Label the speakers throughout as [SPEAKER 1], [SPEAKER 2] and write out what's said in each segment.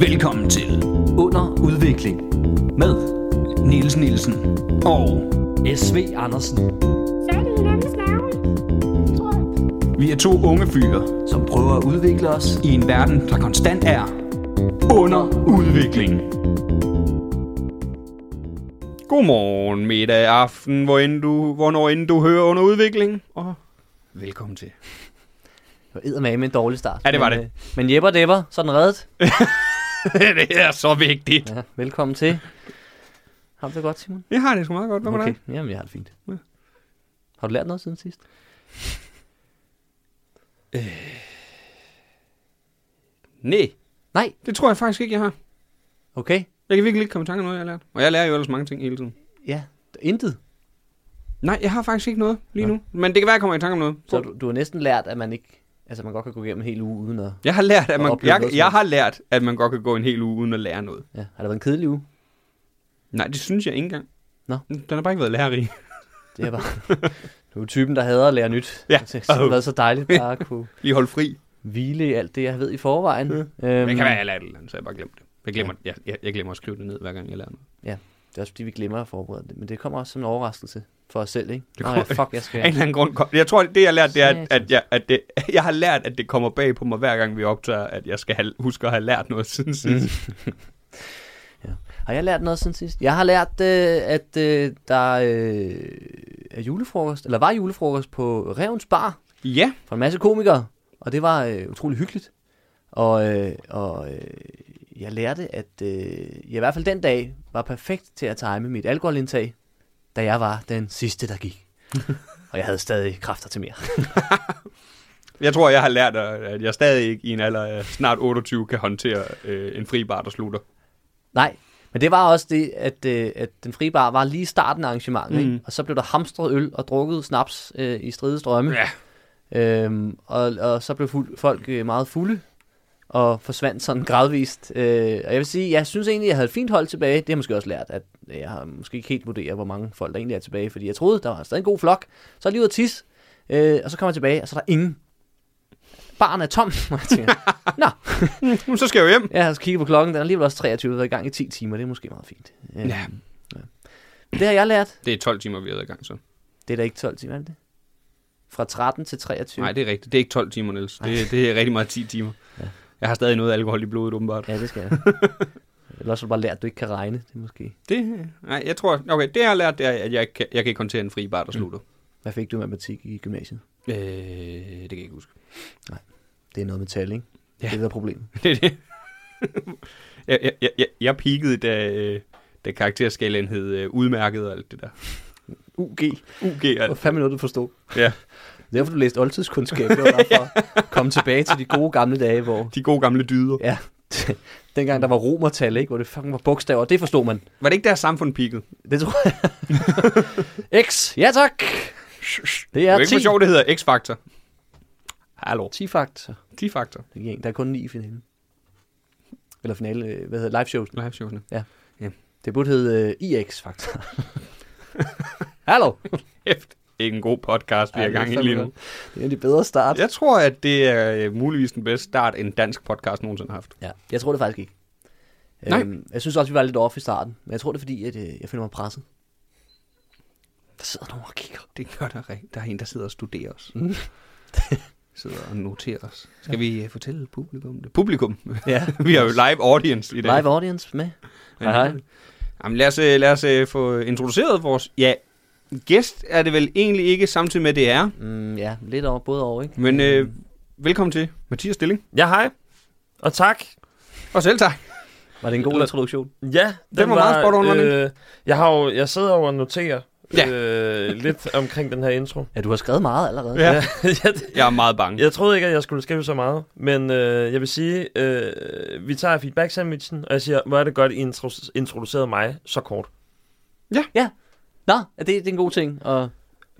[SPEAKER 1] Velkommen til Under Udvikling med Niels Nielsen og
[SPEAKER 2] SV Andersen,
[SPEAKER 3] Fat i lønslaven. Tror jeg.
[SPEAKER 1] vi er to unge fyre
[SPEAKER 2] som prøver at udvikle os.
[SPEAKER 1] i en verden, der konstant er under udvikling. Godmorgen, middag, aften, hvor end du, hvornår end du hører under udvikling, og velkommen til.
[SPEAKER 2] Det var med en dårlig start.
[SPEAKER 1] Ja, det var
[SPEAKER 2] men,
[SPEAKER 1] det.
[SPEAKER 2] Øh, men Jepper Depper, så er den reddet.
[SPEAKER 1] det er så vigtigt.
[SPEAKER 2] Ja, velkommen til. Har du det godt, Simon?
[SPEAKER 1] Jeg har det sgu meget godt. Hvad med
[SPEAKER 2] okay.
[SPEAKER 1] dig?
[SPEAKER 2] Jamen, jeg har det fint.
[SPEAKER 1] Ja.
[SPEAKER 2] Har du lært noget siden sidst?
[SPEAKER 1] Nej,
[SPEAKER 2] Nej,
[SPEAKER 1] det tror jeg faktisk ikke, jeg har.
[SPEAKER 2] okay.
[SPEAKER 1] Jeg kan virkelig ikke komme i tanke om noget, jeg har lært. Og jeg lærer jo ellers mange ting hele tiden.
[SPEAKER 2] Ja, intet.
[SPEAKER 1] Nej, jeg har faktisk ikke noget lige nu. Men det kan være, jeg kommer i tanke om noget.
[SPEAKER 2] Så du, du har næsten lært, at man ikke... Altså, man godt kan gå igennem en hel uge uden at...
[SPEAKER 1] Jeg har, lært, at
[SPEAKER 2] Og
[SPEAKER 1] man,
[SPEAKER 2] opleve
[SPEAKER 1] jeg,
[SPEAKER 2] noget som
[SPEAKER 1] jeg
[SPEAKER 2] helst.
[SPEAKER 1] har lært, at man godt kan gå en hel uge uden at lære noget.
[SPEAKER 2] Ja, har det været en kedelig uge?
[SPEAKER 1] Nej, det synes jeg ikke engang.
[SPEAKER 2] Nå.
[SPEAKER 1] Den har bare ikke været lærerig.
[SPEAKER 2] Det er bare... du er jo typen, der hader at lære nyt.
[SPEAKER 1] Ja.
[SPEAKER 2] Så, så det har været så dejligt bare at kunne
[SPEAKER 1] Lige holde fri.
[SPEAKER 2] hvile i alt det, jeg ved i forvejen. Ja. Øhm,
[SPEAKER 1] Men det kan være, jeg har lært et eller andet, så jeg bare glemmer det. Jeg glemmer, jeg, jeg, jeg glemmer at skrive det ned, hver gang jeg lærer noget.
[SPEAKER 2] Det er også fordi, vi glemmer at forberede det, men det kommer også som en overraskelse for os selv, ikke?
[SPEAKER 1] Det
[SPEAKER 2] Det
[SPEAKER 1] kommer-
[SPEAKER 2] kommer... ja, fuck, jeg skal...
[SPEAKER 1] Af en eller anden grund. kom- Jeg tror, det jeg har lært, det er, at,
[SPEAKER 2] Satan.
[SPEAKER 1] at, jeg, at det, jeg har lært, at det kommer bag på mig, hver gang vi optager, at jeg skal have, huske at have lært noget siden sidst. Mm.
[SPEAKER 2] Har jeg lært noget siden sidst? Jeg har lært, øh, at øh, der øh, er julefrokost, eller var julefrokost på Revens Bar
[SPEAKER 1] Ja,
[SPEAKER 2] for en masse komikere, og det var øh, utrolig hyggeligt. Og, øh, og øh, jeg lærte, at øh, jeg i hvert fald den dag var perfekt til at time mit alkoholindtag, da jeg var den sidste, der gik. og jeg havde stadig kræfter til mere.
[SPEAKER 1] jeg tror, jeg har lært, at at jeg stadig ikke i en alder af snart 28 kan håndtere øh, en fri bar, der slutter.
[SPEAKER 2] Nej, men det var også det, at, øh, at den frie bar var lige i starten af arrangementet, mm.
[SPEAKER 1] Mm.
[SPEAKER 2] ikke? og så blev der hamstret øl og drukket snaps øh, i stride strømme,
[SPEAKER 1] Ja,
[SPEAKER 2] øhm, og, og så blev fuld, folk øh, meget fulde og forsvandt sådan gradvist. Øh, og jeg vil sige, jeg synes egentlig, jeg havde et fint hold tilbage. Det har jeg måske også lært, at øh, jeg har måske ikke helt vurderet, hvor mange folk der egentlig er tilbage, fordi jeg troede, der var stadig en god flok. Så er jeg lige ud at tisse, øh, og så kommer jeg tilbage, og så er der ingen. Baren er tom, og jeg tænker,
[SPEAKER 1] Mm, så skal jeg jo hjem.
[SPEAKER 2] jeg har også kigget på klokken, den er alligevel også 23, været i gang i 10 timer, det er måske meget fint. Øh,
[SPEAKER 1] Ja,
[SPEAKER 2] Det har jeg lært.
[SPEAKER 1] det er 12 timer, vi har været i gang så.
[SPEAKER 2] Det er da ikke 12 timer, er det det? Fra 13 til 23.
[SPEAKER 1] Nej, det er rigtigt. Det er ikke 12 timer, Niels. Det, det er rigtig meget 10 timer. Ja. Jeg har stadig noget alkohol i blodet, åbenbart.
[SPEAKER 2] Ja, det skal jeg. Eller også har du bare lært, at du ikke kan regne. Det er måske.
[SPEAKER 1] Det, nej, jeg tror... Okay, det jeg har lært, det er, at jeg, ikke kan, jeg kan ikke håndtere en fri bar, der slutter.
[SPEAKER 2] Hvad fik du i matematik i gymnasiet?
[SPEAKER 1] Øh, det kan jeg ikke huske.
[SPEAKER 2] Det er noget med tal, ikke?
[SPEAKER 1] Ja.
[SPEAKER 2] Ja. Det er der problemet.
[SPEAKER 1] Det er det. jeg, jeg, jeg, jeg, jeg peakede, da, øh, da karakterskalaen hed øh, udmærket og alt det der.
[SPEAKER 2] UG.
[SPEAKER 1] UG og
[SPEAKER 2] Hvor
[SPEAKER 1] alt.
[SPEAKER 2] fanden noget, du forstod.
[SPEAKER 1] Ja,
[SPEAKER 2] Det er Derfor du læste oldtidskundskab, det var derfor at komme tilbage til de gode gamle dage, hvor...
[SPEAKER 1] de gode gamle dyder.
[SPEAKER 2] Ja, dengang der var romertal, ikke? Hvor det fucking var bogstaver. Det forstod man.
[SPEAKER 1] Var det ikke der samfund peakede?
[SPEAKER 2] Det tror jeg. X. Ja, tak. Det
[SPEAKER 1] Det er
[SPEAKER 2] er
[SPEAKER 1] jo ikke
[SPEAKER 2] 10.
[SPEAKER 1] for sjovt, det hedder X-Factor. Hallo.
[SPEAKER 2] 10 faktor.
[SPEAKER 1] 10 faktor.
[SPEAKER 2] Det gik en. Der er kun 9 i finalen. Eller finale, øh, hvad hedder live shows.
[SPEAKER 1] Live showsene.
[SPEAKER 2] Det burde hedde øh, IX, faktisk. Hallo!
[SPEAKER 1] Hæft. Ikke en god podcast, vi
[SPEAKER 2] Ja,
[SPEAKER 1] har
[SPEAKER 2] det
[SPEAKER 1] gang i
[SPEAKER 2] fandme
[SPEAKER 1] lige nu.
[SPEAKER 2] godt. Det er en af de bedre start.
[SPEAKER 1] Jeg tror, at det er øh, muligvis den bedste start, en dansk podcast nogensinde har haft.
[SPEAKER 2] Ja, jeg tror det faktisk ikke.
[SPEAKER 1] Nej.
[SPEAKER 2] Øhm, jeg synes også, vi var lidt off i starten. Men jeg tror det er fordi, at øh, jeg føler mig presset. Der sidder nogen og kigger.
[SPEAKER 1] Det gør der rigtigt. Der er en, der sidder og studerer os. sidder og noterer os. Skal vi uh, fortælle publikum det? Publikum.
[SPEAKER 2] Ja.
[SPEAKER 1] vi har jo live audience i dag.
[SPEAKER 2] Live audience med.
[SPEAKER 1] Ja.
[SPEAKER 2] Hej, hej.
[SPEAKER 1] Jamen, lad os, øh, lad os øh, få introduceret vores... Ja, gæst er det vel egentlig ikke samtidig med, det er.
[SPEAKER 2] Mm, ja, lidt over, både over, ikke?
[SPEAKER 1] Men øh, velkommen til Mathias Stilling.
[SPEAKER 4] Ja, hej. Og tak.
[SPEAKER 1] Og selv tak.
[SPEAKER 2] Var det en god
[SPEAKER 4] Eller-
[SPEAKER 2] introduktion?
[SPEAKER 4] Ja, den,
[SPEAKER 1] var meget spot on, var den
[SPEAKER 4] øh, jeg, har jo, jeg sidder jo og noterer
[SPEAKER 1] Ja.
[SPEAKER 4] ja. øh, lidt omkring den her intro.
[SPEAKER 2] Ja, du har skrevet meget allerede.
[SPEAKER 1] Ja.
[SPEAKER 4] jeg,
[SPEAKER 1] Jeg er meget bange.
[SPEAKER 4] jeg troede ikke, at jeg skulle skrive så meget, men øh, jeg vil sige, øh, vi tager feedback sandwichen, og jeg siger, hvor er det godt, I intro- introducerede mig så kort.
[SPEAKER 2] Nå, er det, det er en god ting. Og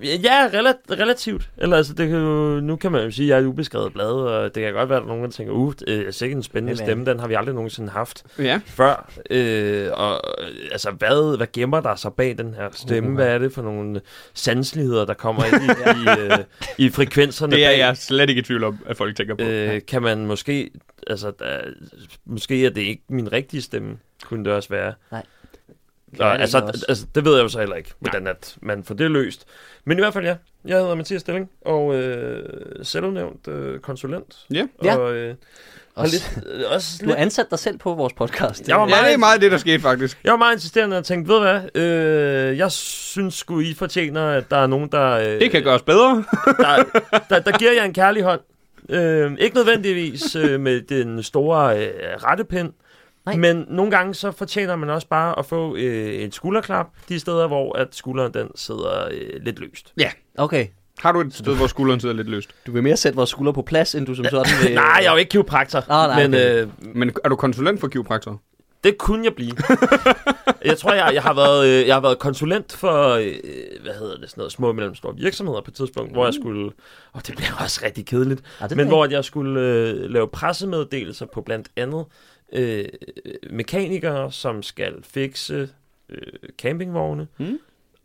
[SPEAKER 4] Ja, rela- relativt. Eller altså, det kan jo, nu kan man jo sige, at jeg er et ubeskrevet blad, og det kan godt være, at der er nogen der tænker, uh, det er sikkert en spændende
[SPEAKER 2] Hvem er
[SPEAKER 4] stemme, den har vi aldrig nogensinde haft
[SPEAKER 1] Ja.
[SPEAKER 4] før. Øh, og øh, altså, hvad, hvad gemmer der sig bag den her stemme? Hvad er det for nogle sanseligheder, der kommer ind i, i, øh, i frekvenserne
[SPEAKER 1] Det er
[SPEAKER 4] bag?
[SPEAKER 1] jeg slet ikke i tvivl om, at folk tænker på.
[SPEAKER 4] Øh, kan man måske, altså, der, måske er det ikke min rigtige stemme, kunne det også være.
[SPEAKER 2] Nej.
[SPEAKER 4] Nå,
[SPEAKER 2] være det
[SPEAKER 4] altså,
[SPEAKER 2] ikke også.
[SPEAKER 4] altså, det ved jeg jo så heller ikke, hvordan at man får det løst. Men i hvert fald ja, jeg hedder Mathias Stilling, og øh, selvudnævnt øh, konsulent.
[SPEAKER 1] Ja.
[SPEAKER 2] Ja.
[SPEAKER 4] Og, øh, og
[SPEAKER 2] Også-
[SPEAKER 4] lidt, øh, også
[SPEAKER 2] Du
[SPEAKER 4] lidt,
[SPEAKER 2] har ansat dig selv på vores podcast.
[SPEAKER 4] Jeg var
[SPEAKER 1] Ja, det er meget det, der skete faktisk.
[SPEAKER 4] jeg var meget insisterende og tænkte, ved du hvad, øh, jeg synes sgu, I fortjener, at der er nogen, der... Øh,
[SPEAKER 1] Det kan gøres bedre.
[SPEAKER 4] der, der, der giver jeg en kærlig hånd. Øh, ikke nødvendigvis øh, med den store øh, rettepind,
[SPEAKER 2] Nej.
[SPEAKER 4] Nej. men nogle gange så fortjener man også bare at få øh, et skulderklap, de steder, hvor at skulderen den sidder øh, lidt løst.
[SPEAKER 2] Okay.
[SPEAKER 1] Har du et sted, hvor skulderen sidder lidt løst?
[SPEAKER 2] Du vil mere sætte vores skulder på plads, end du som sådan vil...
[SPEAKER 4] Nej, jeg er jo ikke kiropraktor,
[SPEAKER 2] Nå, nej,
[SPEAKER 4] men
[SPEAKER 2] okay.
[SPEAKER 4] øh,
[SPEAKER 1] Men er du konsulent for kiropraktor?
[SPEAKER 4] det kunne jeg blive. jeg tror, jeg, jeg, har været, øh, jeg har været konsulent for, øh, hvad hedder det, sådan noget, små og mellemstore virksomheder på et tidspunkt, hvor jeg skulle, og det bliver også rigtig kedeligt,
[SPEAKER 2] Ah, det ved
[SPEAKER 4] Men
[SPEAKER 2] jeg
[SPEAKER 4] hvor at jeg skulle øh, lave pressemeddelelser på blandt andet øh, mekanikere, som skal fikse øh, campingvogne,
[SPEAKER 1] Mm.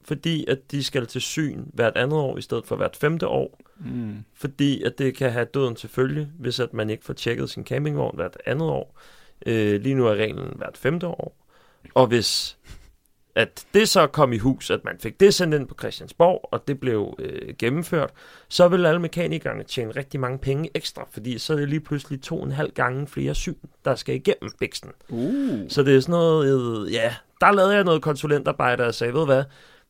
[SPEAKER 4] fordi at de skal til syn hvert andet år i stedet for hvert femte år,
[SPEAKER 1] Mm.
[SPEAKER 4] fordi at det kan have døden til følge, hvis at man ikke får tjekket sin campingvogn hvert andet år. Øh, lige nu er reglen hvert femte år. Og hvis at det så kom i hus, at man fik det sendt ind på Christiansborg, og det blev øh, gennemført, så vil alle mekanikerne tjene rigtig mange penge ekstra, fordi så er det lige pludselig to og en halv gange flere syn, der skal igennem biksen.
[SPEAKER 1] Uh.
[SPEAKER 4] Så det er sådan noget, øh, ja, der lavede jeg noget konsulentarbejde og sagde, ved du hvad,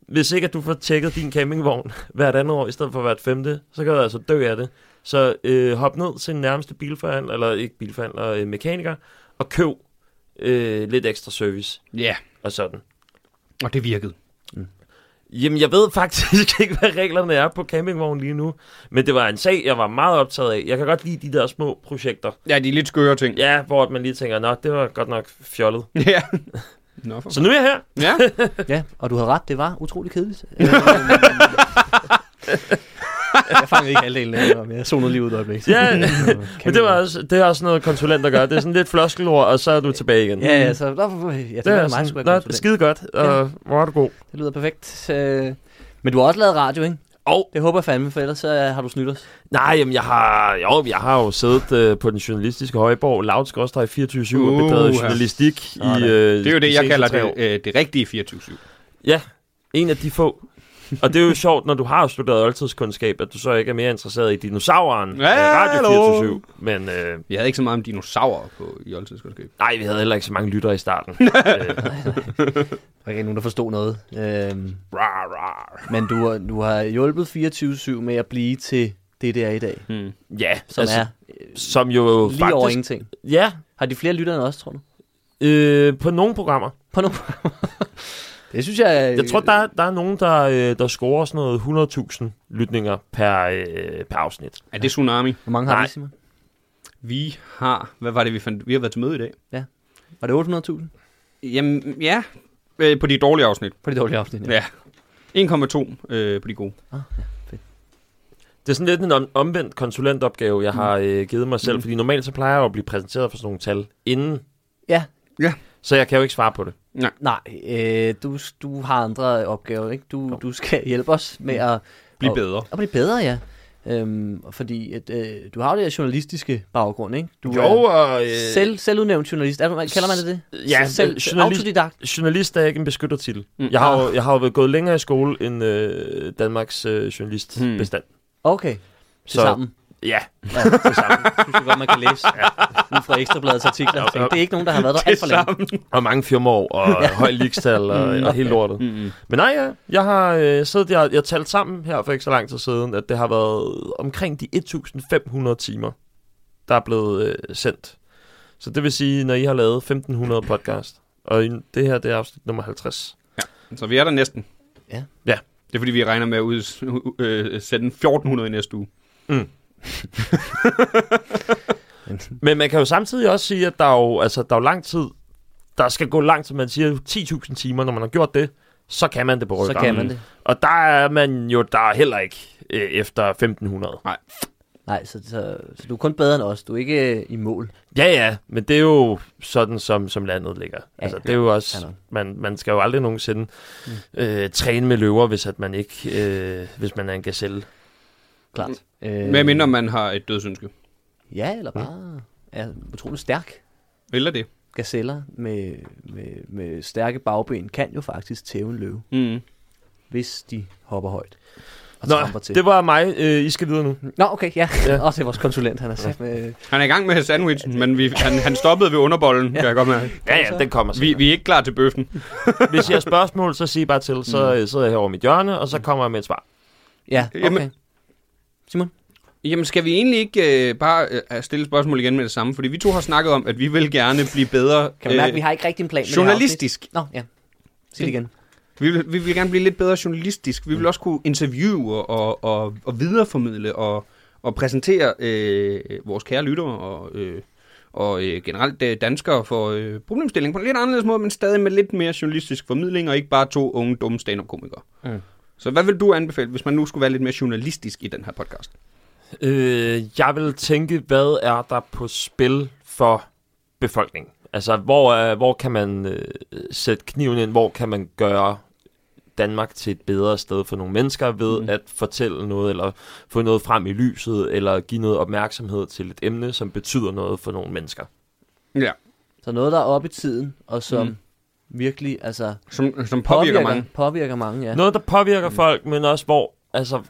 [SPEAKER 4] hvis ikke at du får tjekket din campingvogn hvert andet år i stedet for hvert femte, så kan du altså dø af det. Så øh, hop ned til den nærmeste bilforhandler, eller ikke bilforhandler, øh, mekaniker, og køb øh, lidt ekstra service
[SPEAKER 1] Ja,
[SPEAKER 4] og sådan.
[SPEAKER 1] og det virkede.
[SPEAKER 4] Jamen, jeg ved faktisk ikke, hvad reglerne er på campingvogn lige nu. Men det var en sag, jeg var meget optaget af. Jeg kan godt lide de der små projekter.
[SPEAKER 1] Ja, de er lidt skøre ting.
[SPEAKER 4] Ja, hvor at man lige tænker, nå, det var godt nok fjollet.
[SPEAKER 1] Ja. Nå, for...
[SPEAKER 4] Så nu er jeg her.
[SPEAKER 1] Ja,
[SPEAKER 2] Ja, og du havde ret, det var utrolig kedeligt. Øh, jeg fangede ikke halvdelen af det, men jeg zonede lige ud et øjeblik.
[SPEAKER 4] Ja,
[SPEAKER 2] men
[SPEAKER 4] Men det, var også, det er også noget konsulenter gør. Det er sådan lidt floskelord, og så er du tilbage igen.
[SPEAKER 2] Ja, ja, så der, ja, det,
[SPEAKER 4] det
[SPEAKER 2] det, var
[SPEAKER 4] er
[SPEAKER 2] meget,
[SPEAKER 4] sådan,
[SPEAKER 2] skulle
[SPEAKER 4] nå,
[SPEAKER 2] jeg
[SPEAKER 4] det er skide godt, og hvor er du god.
[SPEAKER 2] Det lyder perfekt. Øh, men du har også lavet radio, ikke?
[SPEAKER 4] Og,
[SPEAKER 2] Det håber jeg fandme, for ellers så har du snydt os.
[SPEAKER 4] nej, jamen, jeg har, jo, jeg har jo siddet øh, på den journalistiske højborg, Loud Skorstræk 24-7, og bedrevet
[SPEAKER 1] Uha.
[SPEAKER 4] journalistik i
[SPEAKER 2] Sådan.
[SPEAKER 4] øh,
[SPEAKER 1] det er jo det, jeg kalder det,
[SPEAKER 4] det.
[SPEAKER 1] øh, det rigtige 24-7.
[SPEAKER 4] Ja, en af de få. Og det er jo sjovt, når du har studeret oldtidskundskab, at du så ikke er mere interesseret i dinosauren
[SPEAKER 1] Ja,
[SPEAKER 4] ja, Radio
[SPEAKER 1] hallo.
[SPEAKER 4] 24 Men øh,
[SPEAKER 1] Vi havde ikke så meget om dinosaurer på i oldtidskundskab.
[SPEAKER 4] nej, vi havde heller ikke så mange lyttere i starten. øh,
[SPEAKER 2] Der er ikke nogen, der forstod noget. Øh,
[SPEAKER 1] Rar, rar.
[SPEAKER 2] men du, har- du har hjulpet 24-7 med at blive til det, der i dag,
[SPEAKER 1] Hmm.
[SPEAKER 4] ja,
[SPEAKER 2] som altså, er
[SPEAKER 4] som jo
[SPEAKER 2] lige
[SPEAKER 4] faktisk...
[SPEAKER 2] over ingenting.
[SPEAKER 4] Ja,
[SPEAKER 2] Har de flere lyttere end os, tror du?
[SPEAKER 4] øh, på nogle programmer.
[SPEAKER 2] På nogle Det synes jeg... øh,
[SPEAKER 4] Jeg tror, der, er- der er nogen, der, øh, der scorer sådan noget 100.000 lytninger per, øh, per afsnit.
[SPEAKER 1] Er det tsunami?
[SPEAKER 2] Hvor mange har
[SPEAKER 4] Nej.
[SPEAKER 2] vi, Simon?
[SPEAKER 1] Vi har... Hvad var det, vi fandt? Vi har været til møde i dag.
[SPEAKER 2] Var det 800.000?
[SPEAKER 1] Jamen, ja. Øh, på de dårlige afsnit.
[SPEAKER 2] På de dårlige afsnit, ja.
[SPEAKER 1] Ja. 1,2 øh, på de gode.
[SPEAKER 4] Det er sådan lidt en om- omvendt konsulentopgave,
[SPEAKER 2] Mm.
[SPEAKER 4] jeg har øh, givet mig selv,
[SPEAKER 1] Mm.
[SPEAKER 4] fordi normalt så plejer jeg jo at blive præsenteret for sådan nogle tal inden.
[SPEAKER 2] Ja.
[SPEAKER 1] Ja.
[SPEAKER 4] Så jeg kan jo ikke svare på det.
[SPEAKER 2] Nej, øh, du, du har andre opgaver, ikke? Du, du skal hjælpe os med at,
[SPEAKER 1] Bliv
[SPEAKER 2] Og-
[SPEAKER 1] bedre.
[SPEAKER 2] at blive bedre, ja. Øhm, fordi at, øh, du har jo det her journalistiske baggrund, ikke? Du er
[SPEAKER 4] og...
[SPEAKER 2] selv, selvudnævnt journalist. Er, du- kalder man det det?
[SPEAKER 4] øh, Ja,
[SPEAKER 2] selv,
[SPEAKER 4] øh, journalist-
[SPEAKER 2] Autodidakt.
[SPEAKER 4] Journalist er ikke en beskyttet titel.
[SPEAKER 1] Mm.
[SPEAKER 4] Jeg har, jo, jeg har jo gået længere i skole end øh, Danmarks øh, journalistbestand.
[SPEAKER 2] Okay, til
[SPEAKER 4] Så-
[SPEAKER 2] sammen.
[SPEAKER 4] Ja,
[SPEAKER 2] Ja, til sammen. Synes jeg godt, man kan læse ja. ud fra Ekstrabladets artikler. Jeg tænkte, Det er ikke nogen, der har været der alt for længe.
[SPEAKER 4] og mange firmaår, og høj ligestal, og, og hele lortet.
[SPEAKER 1] Mm-hmm.
[SPEAKER 4] Men nej, ja, jeg har øh, siddet, jeg, jeg talt sammen her for ikke så lang tid siden, at det har været omkring de 1500 timer, der er blevet øh, sendt. Så det vil sige, når I har lavet 1500 podcast, og I, det her det er afsnit nummer 50.
[SPEAKER 1] Så vi er der næsten.
[SPEAKER 2] Ja.
[SPEAKER 4] Ja.
[SPEAKER 1] Det er fordi, vi regner med at ud, øh, sende 1400 i næste uge.
[SPEAKER 4] Men man kan jo samtidig også sige, at der er jo, altså, der er jo lang tid, der skal gå lang tid, man siger 10.000 timer, når man har gjort det, så kan man det på
[SPEAKER 2] så
[SPEAKER 4] ryggen.
[SPEAKER 2] kan man det.
[SPEAKER 4] Og der er man jo der er heller ikke øh, efter 1500.
[SPEAKER 2] Nej, så, så, så du er kun bedre end os. Du er ikke øh, i mål.
[SPEAKER 4] Ja, ja, men det er jo sådan, som, som landet ligger. Ja, altså, det er jo
[SPEAKER 2] fair
[SPEAKER 4] også,
[SPEAKER 2] nok.
[SPEAKER 4] man, man skal jo aldrig nogensinde øh, træne med løver, hvis at man ikke, øh, hvis man er en gazelle.
[SPEAKER 2] Klart. Øh,
[SPEAKER 1] Med mindre man har et dødsønske.
[SPEAKER 2] Ja, eller bare er utrolig stærk.
[SPEAKER 1] Eller det.
[SPEAKER 2] Gazeller med, med, med stærke bagben kan jo faktisk tæve en løve,
[SPEAKER 1] Mm.
[SPEAKER 2] hvis de hopper højt og
[SPEAKER 4] Nå,
[SPEAKER 2] tramper til.
[SPEAKER 4] det var mig. Øh, I skal videre nu.
[SPEAKER 2] Nå, okay, ja.
[SPEAKER 4] Ja.
[SPEAKER 2] ja. Også vores konsulent, han har sagt med...
[SPEAKER 1] Han er i gang med sandwichen, men vi, han, han stoppede ved underbollen, kan jeg godt mærke.
[SPEAKER 4] Ja, ja, den kommer
[SPEAKER 1] Vi, vi er ikke klar til bøffen.
[SPEAKER 4] Hvis I har spørgsmål, så sig bare til, så øh, sidder jeg herovre i mit hjørne, og så kommer jeg med et svar.
[SPEAKER 2] Ja, okay.
[SPEAKER 1] Jamen-
[SPEAKER 2] Simon?
[SPEAKER 1] Jamen, skal vi egentlig ikke øh, bare øh, stille spørgsmål igen med det samme? Fordi vi to har snakket om, at vi vil gerne blive bedre. øh,
[SPEAKER 2] Kan man mærke, at vi har ikke rigtig en plan med det her
[SPEAKER 1] journalistisk.
[SPEAKER 2] afsnit? Nå, ja. Sig det igen.
[SPEAKER 1] Vi vil, vi vil gerne blive lidt bedre journalistisk. Vi
[SPEAKER 2] Mm.
[SPEAKER 1] vil også kunne interviewe og, og, og videreformidle og, og præsentere øh, vores kære lyttere og, øh, og øh, generelt øh, danskere for øh, problemstillingen på en lidt anderledes måde, men stadig med lidt mere journalistisk formidling og ikke bare to unge, dumme stand-up-komikere.
[SPEAKER 2] Mm.
[SPEAKER 1] Så hvad vil du anbefale, hvis man nu skulle være lidt mere journalistisk i den her podcast?
[SPEAKER 4] Øh, jeg vil tænke, hvad er der på spil for befolkningen? Altså, hvor, øh, hvor kan man øh, sætte kniven ind? Hvor kan man gøre Danmark til et bedre sted for nogle mennesker ved mm. at fortælle noget, eller få noget frem i lyset, eller give noget opmærksomhed til et emne, som betyder noget for nogle mennesker?
[SPEAKER 1] Ja,
[SPEAKER 2] Så noget, der er oppe i tiden, og som mm. virkelig altså,
[SPEAKER 1] som, som påvirker,
[SPEAKER 2] påvirker,
[SPEAKER 1] påvirker mange.
[SPEAKER 2] påvirker mange, ja.
[SPEAKER 4] Noget, der påvirker mm. folk, men også hvor, altså,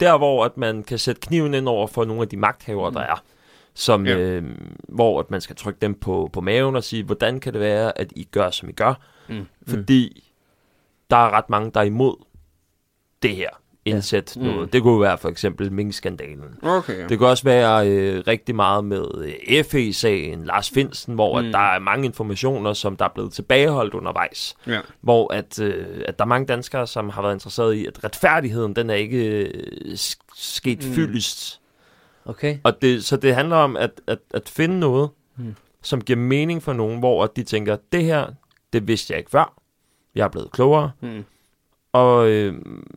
[SPEAKER 4] der hvor at man kan sætte kniven ind over for nogle af de magthavere, der er. Som,
[SPEAKER 1] Ja.
[SPEAKER 4] ja. øh, hvor at man skal trykke dem på, på maven og sige, hvordan kan det være, at I gør, som I gør?
[SPEAKER 1] Mm.
[SPEAKER 4] Fordi der er ret mange, der er imod det her. Indsæt ja. noget. Det kunne være for eksempel minkskandalen.
[SPEAKER 1] Okay, ja.
[SPEAKER 4] Det kan også være øh, rigtig meget med øh, FE-sagen, Lars Finsen, hvor mm. at der er mange informationer, som der er blevet tilbageholdt undervejs
[SPEAKER 1] ja.
[SPEAKER 4] hvor at, øh, at der er mange danskere, som har været interesseret i, at retfærdigheden, den er ikke øh, s- sket mm. fyldest.
[SPEAKER 2] Okay.
[SPEAKER 4] Og det, så det handler om at, at, at finde noget,
[SPEAKER 1] Mm.
[SPEAKER 4] mm. som giver mening for nogen, hvor at de tænker, det her, det vidste jeg ikke før. Jeg er blevet klogere.
[SPEAKER 1] Mm.
[SPEAKER 4] Og øh,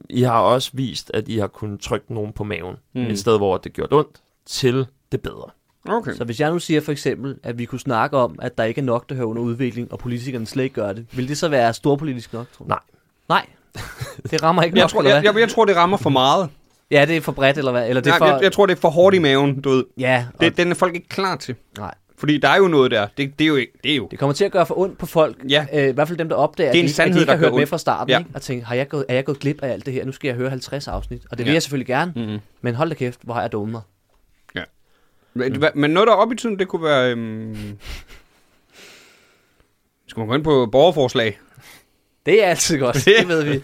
[SPEAKER 4] I har også vist, at I har kunnet trykke nogen på maven,
[SPEAKER 1] Mm.
[SPEAKER 4] mm. et sted, hvor det gjorde ondt, til det bedre.
[SPEAKER 1] Okay.
[SPEAKER 2] Så hvis jeg nu siger for eksempel, at vi kunne snakke om, at der ikke er nok, der hører under udvikling, og politikerne slet ikke gør det, vil det så være storpolitisk nok, tror du?
[SPEAKER 4] Nej.
[SPEAKER 2] Nej. Det rammer ikke
[SPEAKER 1] Jeg
[SPEAKER 2] nok,
[SPEAKER 1] tror,
[SPEAKER 2] eller
[SPEAKER 1] jeg,
[SPEAKER 2] hvad?
[SPEAKER 1] jeg, jeg tror, det rammer for meget.
[SPEAKER 2] Ja, det er for bredt, eller hvad? Eller det
[SPEAKER 1] Nej,
[SPEAKER 2] er for...
[SPEAKER 1] jeg, jeg tror, det er for hårdt i maven, du ved.
[SPEAKER 2] Ja, og...
[SPEAKER 1] Det, den er folk ikke klar til.
[SPEAKER 2] nej.
[SPEAKER 1] Fordi der er jo noget der. Det, det er jo ikke... Det er jo...
[SPEAKER 2] Det kommer til at gøre for ondt på folk.
[SPEAKER 1] Ja.
[SPEAKER 2] Øh, I hvert fald dem, der opdager,
[SPEAKER 1] Det er en
[SPEAKER 2] at, de,
[SPEAKER 1] sandhed,
[SPEAKER 2] at de ikke
[SPEAKER 1] der
[SPEAKER 2] har hørt
[SPEAKER 1] gør
[SPEAKER 2] med
[SPEAKER 1] ondt.
[SPEAKER 2] fra starten.
[SPEAKER 1] Ja.
[SPEAKER 2] Ja. Ikke? Og tænke, har jeg gået, er jeg gået glip af alt det her? Nu skal jeg høre 50 afsnit. Og det vil
[SPEAKER 1] Ja.
[SPEAKER 2] jeg selvfølgelig gerne.
[SPEAKER 1] Mhm.
[SPEAKER 2] Men hold da kæft, hvor har jeg dummet mig.
[SPEAKER 1] Men, hva- men noget, der er op i tiden, det kunne være... Øhm... Skal man gå ind på borgerforslag?
[SPEAKER 2] Det er altid godt,
[SPEAKER 1] Det-
[SPEAKER 2] det ved vi. Det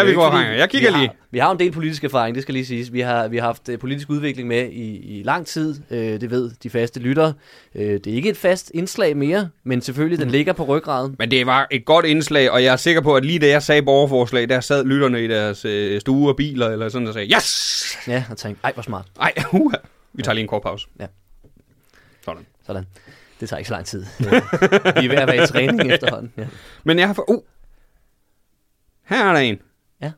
[SPEAKER 1] Ja,
[SPEAKER 2] er jo
[SPEAKER 1] vi
[SPEAKER 2] ikke,
[SPEAKER 1] går og
[SPEAKER 2] fordi
[SPEAKER 1] hænger. Jeg kigger
[SPEAKER 2] vi
[SPEAKER 1] lige.
[SPEAKER 2] Har, vi har jo en del politisk erfaring, det skal lige siges. Vi har, vi har haft øh, politisk udvikling med i, i lang tid, øh, det ved de faste lyttere. Øh, det er ikke et fast indslag mere, men selvfølgelig,
[SPEAKER 1] Mm.
[SPEAKER 2] den ligger på ryggraden.
[SPEAKER 1] Men det var et godt indslag, og jeg er sikker på, at lige da jeg sagde borgerforslag, der sad lytterne i deres øh, stue og biler eller sådan, der sagde, yes!
[SPEAKER 2] Ja, og tænkte, ej, hvor smart.
[SPEAKER 1] Ej, uha. Vi tager lige en kort pause.
[SPEAKER 2] Ja.
[SPEAKER 1] Sådan.
[SPEAKER 2] Sådan. Det tager ikke så lang tid. Øh, vi er ved at være i træning efterhånden. Ja.
[SPEAKER 1] Men jeg har for... Uh. Her er der en.
[SPEAKER 2] Ja.